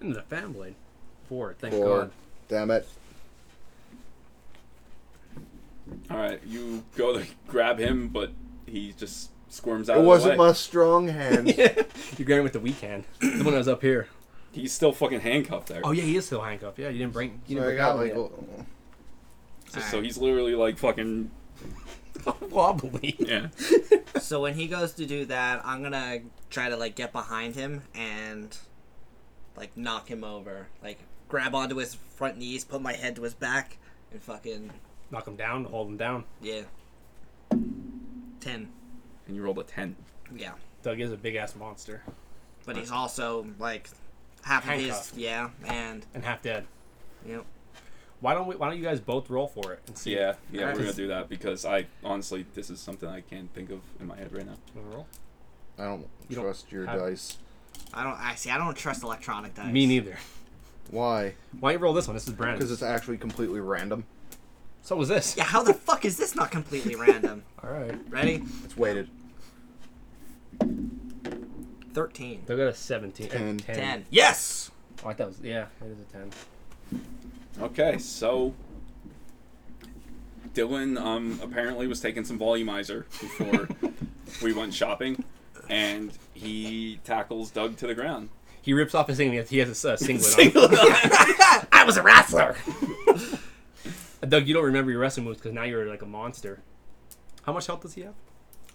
S3: Into the fan blade. Four. Thank
S5: Four.
S3: God.
S5: Damn it.
S2: All right, you go to grab him, but he just squirms out.
S5: It
S2: of
S5: wasn't
S2: the way.
S5: my strong hand.
S3: You're grabbing with the weak hand. The one that was up here.
S2: He's still fucking handcuffed there.
S3: Oh yeah, he is still handcuffed. Yeah, you didn't bring. You
S5: So I
S3: didn't
S5: got
S3: bring
S5: like
S3: that one
S5: oh,
S2: so, so he's literally like fucking
S3: yet. wobbly.
S2: yeah.
S4: So when he goes to do that, I'm gonna try to like get behind him and like knock him over, like grab onto his front knees, put my head to his back, and fucking
S3: Knock him down. Hold him down.
S4: yeah. Ten.
S2: And you rolled a ten.
S4: Yeah.
S3: Doug is a big ass monster
S4: But he's also like half of his
S3: Handcuffed.
S4: yeah, and
S3: and half dead.
S4: you know
S3: Why don't we? Why don't you guys both roll for it and see?
S2: Yeah, yeah,
S4: Alright.
S2: we're gonna do that because I honestly, this is something I can't think of in my head right now.
S3: You wanna roll?
S5: I don't
S3: You don't
S5: trust your
S3: have-
S5: dice.
S4: I don't I see I don't trust electronic dice.
S3: Me neither.
S5: Why?
S3: Why don't you roll this one? This is
S5: Because
S3: Brandon.
S5: it's actually completely random.
S3: So was this.
S4: Yeah, how the fuck is this not completely random?
S3: All right.
S4: Ready?
S5: It's weighted.
S4: Thirteen.
S3: Doug got a seventeen. uh,
S5: Ten.
S4: Ten. Yes!
S3: Oh, I thought it was yeah. It is a ten.
S2: Okay, so Dylan um, apparently was taking some volumizer before we went shopping, and he tackles Doug to the ground.
S3: He rips off his singlet. He has a uh, singlet. on.
S4: I was a wrestler!
S3: Doug, you don't remember your wrestling moves because now you're like a monster. How much health does he have?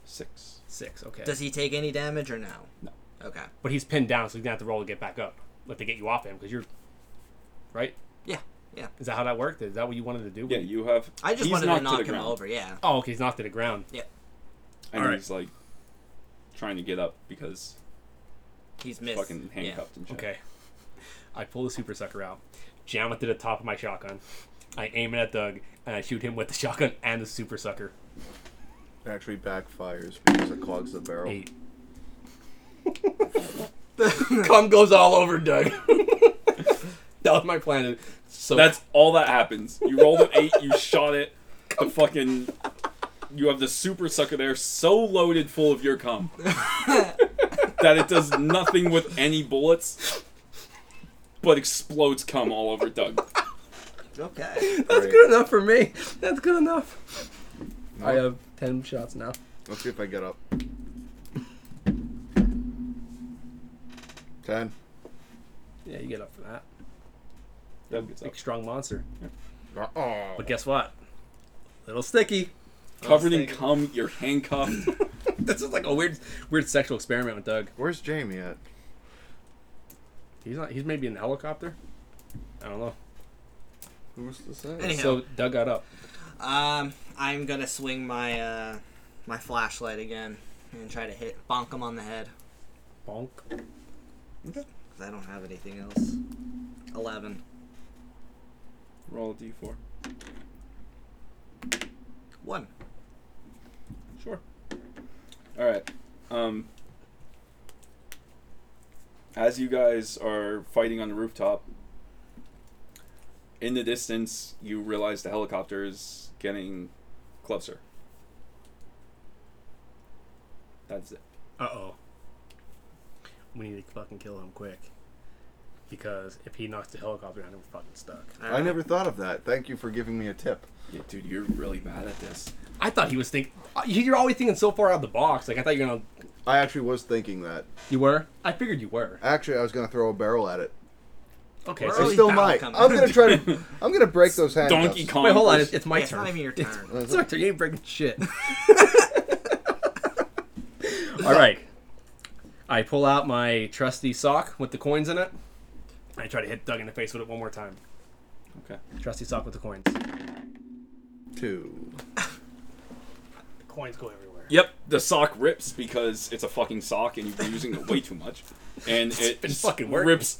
S2: Six.
S3: Six. Okay.
S4: Does he take any damage or no?
S2: No.
S4: Okay.
S3: but he's pinned down, so he's gonna have to roll to get back up. Like to get you off him because you're. Right?
S4: Yeah, yeah.
S3: Is that how that worked? Is that what you wanted to do?
S2: Yeah, you have.
S4: I just
S2: he's
S4: wanted to
S2: knocked the
S4: knock him
S2: ground,
S4: over, yeah.
S3: Oh, okay. He's knocked to the ground.
S2: and
S3: Alright.
S2: he's like trying to get up because
S4: He's missed.
S2: fucking handcuffed and shit.
S3: Okay. I pull the super sucker out, jam it to the top of my shotgun. I aim it at Doug, and I shoot him with the shotgun and the super sucker.
S5: It actually backfires because it clogs the barrel.
S3: Eight. Cum goes all over Doug. that was my plan. So
S2: That's all that happens. You rolled an eight, you shot it, the fucking. You have the super sucker there, so loaded full of your cum that it does nothing with any bullets, but explodes cum all over Doug.
S4: Okay.
S3: that's good enough for me. That's good enough. I have ten shots now.
S5: Let's see if I get up. Ten.
S3: Yeah, you get up for that.
S2: Doug gets up.
S3: Big strong monster.
S5: Uh-oh.
S3: But guess what? Little sticky.
S2: Covered in cum, you're handcuffed.
S3: This is like a weird, weird sexual experiment with Doug.
S5: Where's Jamie at?
S3: He's not. He's maybe in the helicopter. I don't know.
S5: Who's to say?
S4: Anyhow,
S3: So Doug got up.
S4: um, I'm gonna swing my uh, my flashlight again and try to hit bonk him on the head
S3: Bonk.
S4: 'cause I don't have anything else. Eleven.
S2: Roll a d4.
S4: One.
S2: Sure. All right. Um, as you guys are fighting on the rooftop, in the distance, you realize the helicopter is getting closer. That's it.
S3: Uh oh. We need to fucking kill him quick. Because if he knocks the helicopter down, we're fucking stuck.
S5: I never thought of that. Thank you for giving me a tip.
S2: Yeah, dude, you're really bad at this.
S3: I thought he was thinking. You're always thinking so far out of the box. Like I thought you're gonna.
S5: I actually was thinking that.
S3: You were. I figured you were.
S5: Actually, I was gonna throw a barrel at it.
S3: Okay.
S4: We're
S3: So
S5: I
S4: Early
S5: still
S4: foul
S5: might.
S4: coming.
S5: I'm gonna try to. I'm gonna break those handcuffs.
S2: Donkey Kong.
S3: wait, hold on. It's,
S2: versus-
S3: it's my
S4: Yeah, it's
S3: turn.
S4: not even your turn.
S3: It's my turn. You ain't breaking shit. All right. I pull out my trusty sock with the coins in it. I try to hit Doug in the face with it one more time.
S2: Okay.
S3: Trusty sock with the coins.
S5: Two.
S3: The coins go everywhere.
S2: Yep, the sock rips because it's a fucking sock and you've been using it way too much. And it
S3: been
S2: just
S3: fucking working.
S2: rips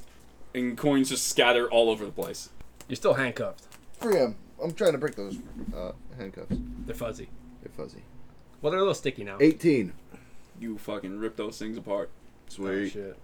S2: and coins just scatter all over the place.
S3: You're still handcuffed.
S1: Free him.
S5: I'm trying to break those uh, handcuffs.
S3: They're fuzzy.
S5: They're fuzzy.
S3: Well, they're a little sticky now.
S5: Eighteen.
S2: You fucking rip those things apart.
S3: Oh,
S5: Sweet.
S3: shit.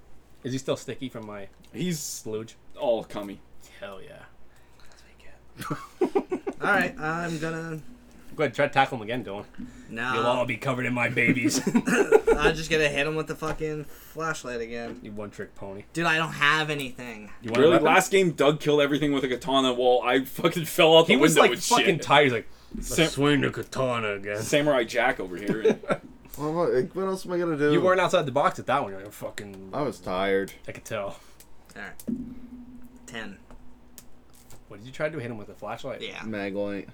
S3: Is he still sticky from my
S2: He's
S3: sludge?
S2: all cummy.
S3: Hell yeah.
S4: All right, I'm gonna.
S3: Go ahead, try to tackle him again, Dylan. You'll all
S4: No,
S3: be covered in my babies.
S4: I'm just gonna hit him with the fucking flashlight again.
S3: you one trick pony.
S4: Dude, I don't have anything.
S3: You a
S2: Really?
S3: weapon?
S2: Last game, Doug killed everything with a katana while I fucking fell out the
S3: He
S2: window
S3: was like
S2: and
S3: fucking
S2: shit.
S3: tired. He's like, "Let's
S2: Sam-
S3: swing the katana again.
S2: Samurai Jack over here. and-
S5: Well, what what else am I gonna do?
S3: You weren't outside the box at that one. You're like, fucking.
S5: I was tired.
S3: I could tell.
S4: All right. Ten.
S3: What did you try to do? Hit him with a flashlight?
S4: Yeah.
S5: Maglite.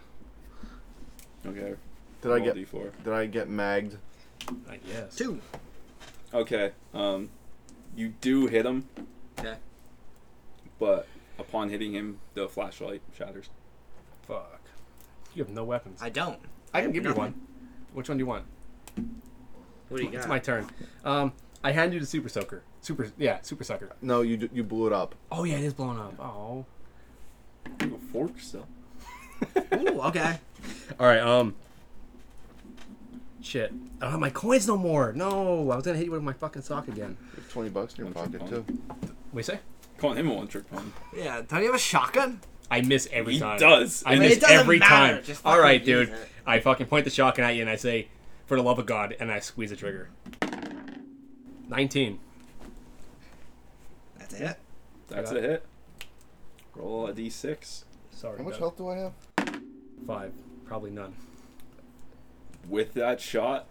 S2: okay.
S5: Did I
S2: roll
S5: get?
S2: D4.
S5: Did I get magged?
S3: I guess.
S4: Two.
S2: Okay. Um, you do hit him,
S4: Okay.
S2: but upon hitting him, the flashlight shatters.
S3: Fuck. You have no weapons. I,
S4: I don't.
S3: can give you
S4: nothing.
S3: one. Which one do you want?
S4: What do you got?
S3: It's my turn. Um, I hand you the super soaker. Super, yeah, super sucker.
S5: No, you d- you blew it up.
S3: Oh yeah, it is blown up. Oh.
S2: You fork still.
S4: Ooh, okay.
S3: All right. Um. Shit. I don't have my coins no more. No, I was gonna hit you with my fucking sock again.
S5: There's Twenty bucks in your
S2: One trick
S5: pocket too.
S2: pony.
S3: What do you say?
S2: Calling him a one trick pony.
S4: Yeah. Don't you have a shotgun?
S3: I miss every
S2: He
S3: time.
S2: does,
S3: I
S2: and
S3: miss
S4: it doesn't
S3: every
S4: matter,
S3: time.
S4: just
S3: All right,
S4: fucking use
S3: dude.
S4: it.
S3: I fucking point the shotgun at you and I say, "For the love of God," and I squeeze the trigger. Nineteen.
S4: That's it.
S2: That's
S3: got
S2: a hit. Roll a d6
S3: Sorry.
S1: How much
S3: Doug.
S1: health do I have?
S3: Five. Probably none.
S2: with that shot.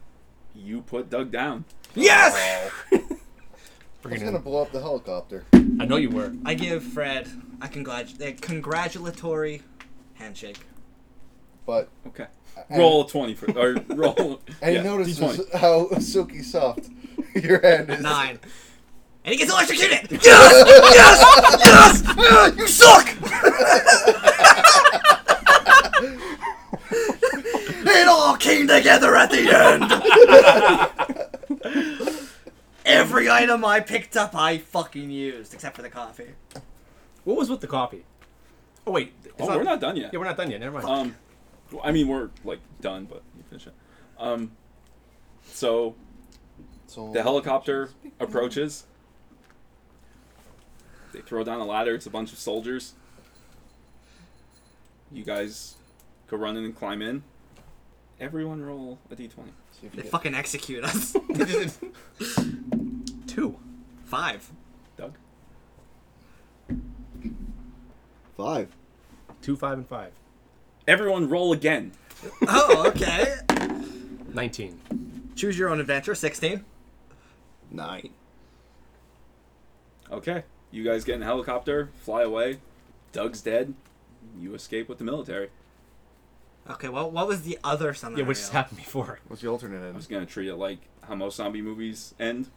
S2: You put Doug down.
S4: Yes.
S1: I was gonna blow up the helicopter.
S3: I know you were.
S4: I give Fred a, congrat- a congratulatory handshake.
S1: But
S2: Okay.
S1: and-
S2: Roll a 20 for or roll.
S1: And
S2: yeah,
S1: he
S2: D20.
S1: notices how silky soft your hand is.
S4: Nine. And he gets electrocuted. Yes! yes! Yes! Ah, You suck! it all came together at the end. Every item I picked up, I fucking used, except for the coffee.
S3: What was with the coffee? Oh wait. it's
S2: Oh, we're not done yet.
S3: Yeah, we're not done yet. Never mind.
S2: Um, Well, I mean, we're like done, but you finish it. Um, so
S1: So
S2: the helicopter approaches. They throw down a ladder. It's a bunch of soldiers. You guys go run in and climb in. Everyone roll a d20.
S1: See if you
S4: They
S1: get-
S4: fucking execute us.
S3: Two.
S4: Five.
S2: Doug?
S1: five.
S3: Two, five, and five.
S2: Everyone roll again.
S4: Oh, okay.
S3: Nineteen.
S4: Choose your own adventure. Sixteen.
S1: Nine.
S2: Okay. You guys get in a helicopter, fly away. Doug's dead. You escape with the military.
S4: Okay. Well, what was the other scenario?
S3: Yeah, which has happened before.
S5: What's the alternate
S2: I was
S5: end?
S2: gonna treat it like how most zombie movies end,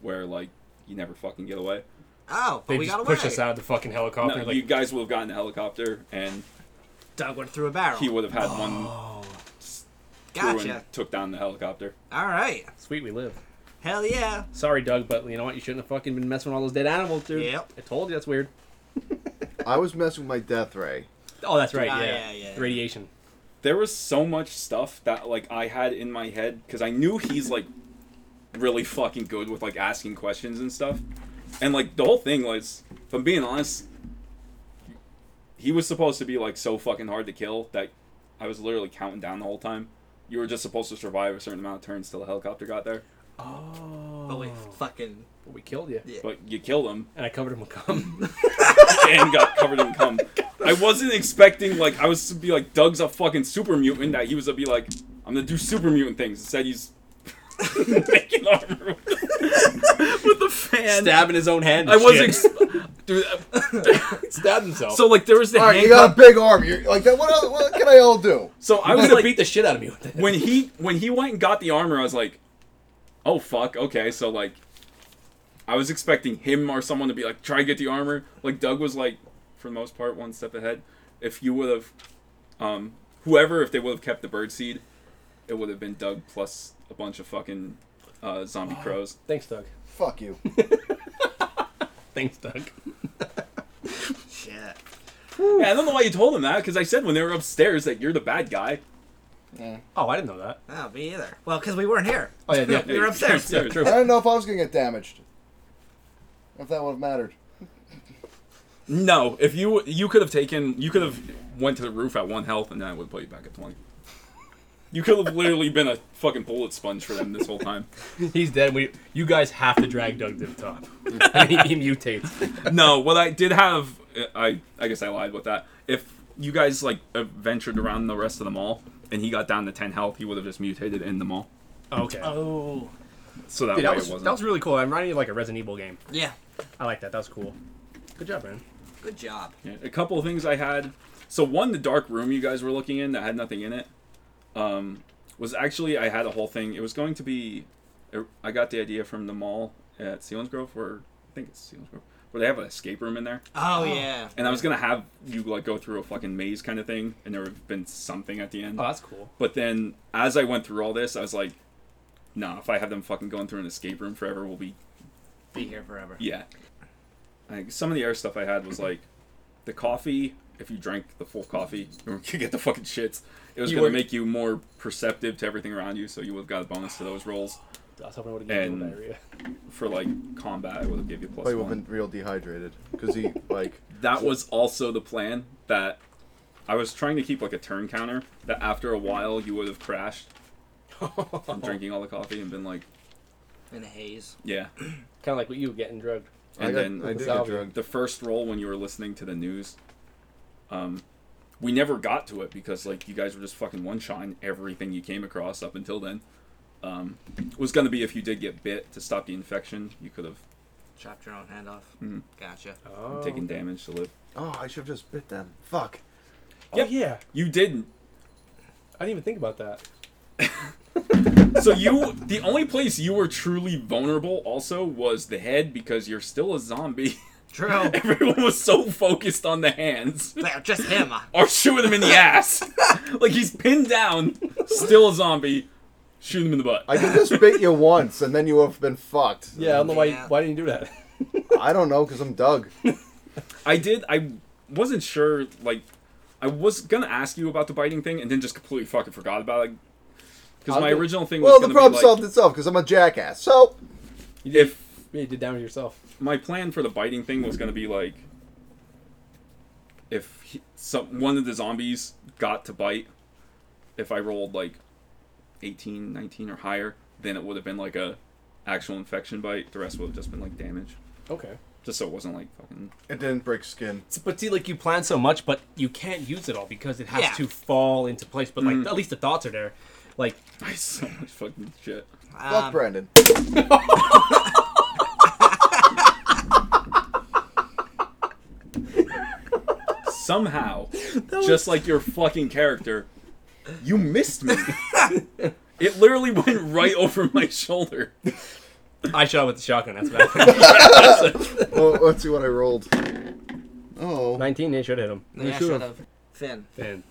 S2: where like you never fucking get away.
S4: Oh, but
S3: They
S4: we
S3: just
S4: got away.
S3: pushed us out of the fucking helicopter.
S2: No,
S3: like,
S2: you guys would have gotten a helicopter, and
S4: Doug went through a barrel.
S2: he would have had one crew
S4: gotcha.
S2: and took down the helicopter.
S4: All right.
S3: sweet, we live.
S4: Hell yeah.
S3: Sorry, Doug, but you know what? You shouldn't have fucking been messing with all those dead animals, dude.
S4: Yep.
S3: I told you that's weird.
S5: I was messing with my death ray.
S3: Oh, that's right.
S4: Ah,
S3: yeah.
S4: yeah, yeah, yeah.
S3: Radiation.
S2: There was so much stuff that like I had in my head because I knew he's like really fucking good with like asking questions and stuff, and like the whole thing was, if I'm being honest, he was supposed to be like so fucking hard to kill that I was literally counting down the whole time. You were just supposed to survive a certain amount of turns till the helicopter got there.
S3: Oh.
S4: But we fucking.
S3: But we killed you.
S4: Yeah.
S2: But you killed him
S3: And I covered him with cum.
S2: and got covered in cum. I wasn't expecting like I was to be like Doug's a fucking super mutant that he was to be like I'm gonna do super mutant things. Instead he's making armor with the fan.
S3: Stabbing his own hand.
S2: I
S3: and
S2: was
S3: shit.
S2: ex- dude. I-
S3: stabbed himself.
S2: so like there was the
S1: All right, you
S2: handcuff-
S1: got a big arm. You're like that. What, else, what can I all do?
S2: So I
S3: I was
S2: was
S3: gonna
S2: like
S3: beat the shit out of me with it.
S2: when he when he went and got the armor, I was like, oh fuck, okay. So like, I was expecting him or someone to be like, try to get the armor. Like Doug was like, for the most part, one step ahead. If you would have, um, whoever, if they would have kept the bird seed, it would have been Doug plus a bunch of fucking uh, zombie crows.
S3: Thanks, Doug.
S1: Fuck you.
S3: Thanks, Doug.
S4: Shit.
S2: Yeah, I don't know why you told him that because I said when they were upstairs that you're the bad guy.
S1: Yeah.
S3: Oh, I didn't know that.
S4: Oh, me either. Well, because we weren't here.
S3: Oh yeah, yeah.
S4: We were upstairs.
S2: Yeah,
S3: true.
S1: I don't know if I was gonna get damaged. If that would have mattered.
S2: No, if you you could have taken you could have went to the roof at one health and then I would put you back at twenty. You could have literally been a fucking bullet sponge for them this whole time.
S3: He's dead. We, you guys have to drag Doug to the top. and he, he mutates.
S2: No, what I did have I I guess I lied with that. If you guys like ventured around the rest of the mall and he got down to ten health, he would have just mutated in the mall.
S3: Okay.
S4: Oh.
S2: So that
S3: Dude,
S2: way
S3: that was,
S2: it wasn't.
S3: that was really cool. I'm reminding you of like a Resident Evil game.
S4: Yeah.
S3: I like that. That was cool. Good job, man.
S4: Good job.
S2: Yeah, a couple of things I had. So one, the dark room you guys were looking in that had nothing in it, um, was actually I had a whole thing. It was going to be, er, I got the idea from the mall at Sealands Grove, or I think it's Sealands Grove, where they have an escape room in there.
S4: Oh, yeah.
S2: And I was gonna have you like go through a fucking maze kind of thing, and there would have been something at the end.
S3: Oh, that's cool.
S2: But then as I went through all this, I was like, nah, if I have them fucking going through an escape room forever, we'll be
S4: Be here forever.
S2: yeah. Like some of the other stuff I had was like the coffee. If you drank the full coffee, you could get the fucking shits. It was
S3: You
S2: going
S3: were-
S2: to make you more perceptive to everything around you, so you would have got a bonus to those rolls.
S3: I was hoping I would have given you
S2: And-
S3: diarrhea.
S2: For like combat, it would have give you plus
S5: Probably would
S2: one.
S5: have been real dehydrated because he like
S2: That was also the plan that I was trying to keep like a turn counter. That after a while, you would have crashed from
S5: Uh-huh.
S2: drinking all the coffee and been like,
S4: In a haze.
S2: yeah.
S3: kind of like what you were getting drugged.
S2: And
S5: I got
S2: then
S5: I did get
S3: Salvia.
S5: drugged.
S2: the first roll when you were listening to the news. Um, we never got to it because like you guys were just fucking one shotting everything you came across up until then. Um, was gonna be if you did get bit to stop the infection, you could have
S4: Chopped your own hand off.
S2: Mhm.
S4: Gotcha.
S3: Oh.
S2: taken damage to live.
S5: Oh, I should have just bit them. Fuck.
S3: Oh,
S2: Yep.
S3: yeah.
S2: You didn't.
S3: I didn't even think about that.
S2: So you, the only place you were truly vulnerable also was the head because you're still a zombie.
S4: True.
S2: Everyone was so focused on the hands.
S4: But Just him.
S2: or shoot him in the ass. like he's pinned down, still a zombie. Shoot him in the butt.
S5: I could just bit you once and then you would have been fucked.
S3: Yeah, I don't know why.
S4: Yeah.
S3: Why didn't you do that?
S5: I don't know because I'm Doug.
S2: I did. I wasn't sure. Like, I was gonna ask you about the biting thing, and then just completely fucking forgot about it. Because
S3: I'll
S2: my
S3: do-
S2: original thing
S5: Well,
S2: was
S5: the
S2: gonna
S5: problem
S2: be like,
S5: solved itself because I'm a jackass. So
S3: You did,
S2: if
S3: you did down to yourself.
S2: my plan for the biting thing was gonna be like, if he, some one of the zombies got to bite, if I rolled like 18, 19 or higher, then it would have been like a actual infection bite. The rest would have just been like damage,
S3: Okay.
S2: just so it wasn't like fucking.
S5: it didn't break skin.
S3: But see, like you plan so much, but you can't use it all because it has
S4: Yeah.
S3: to fall into place. But like, at least the thoughts are there. Like,
S2: I so much fucking shit.
S5: Fuck
S4: Um,
S5: Brandon.
S2: somehow, just like your fucking character, you missed me. it literally went right over my shoulder.
S3: I shot with the shotgun. That's what happened.
S5: well, let's see what I rolled. Oh,
S3: Nineteen. It should hit him.
S4: yeah, should have. Finn.
S3: Then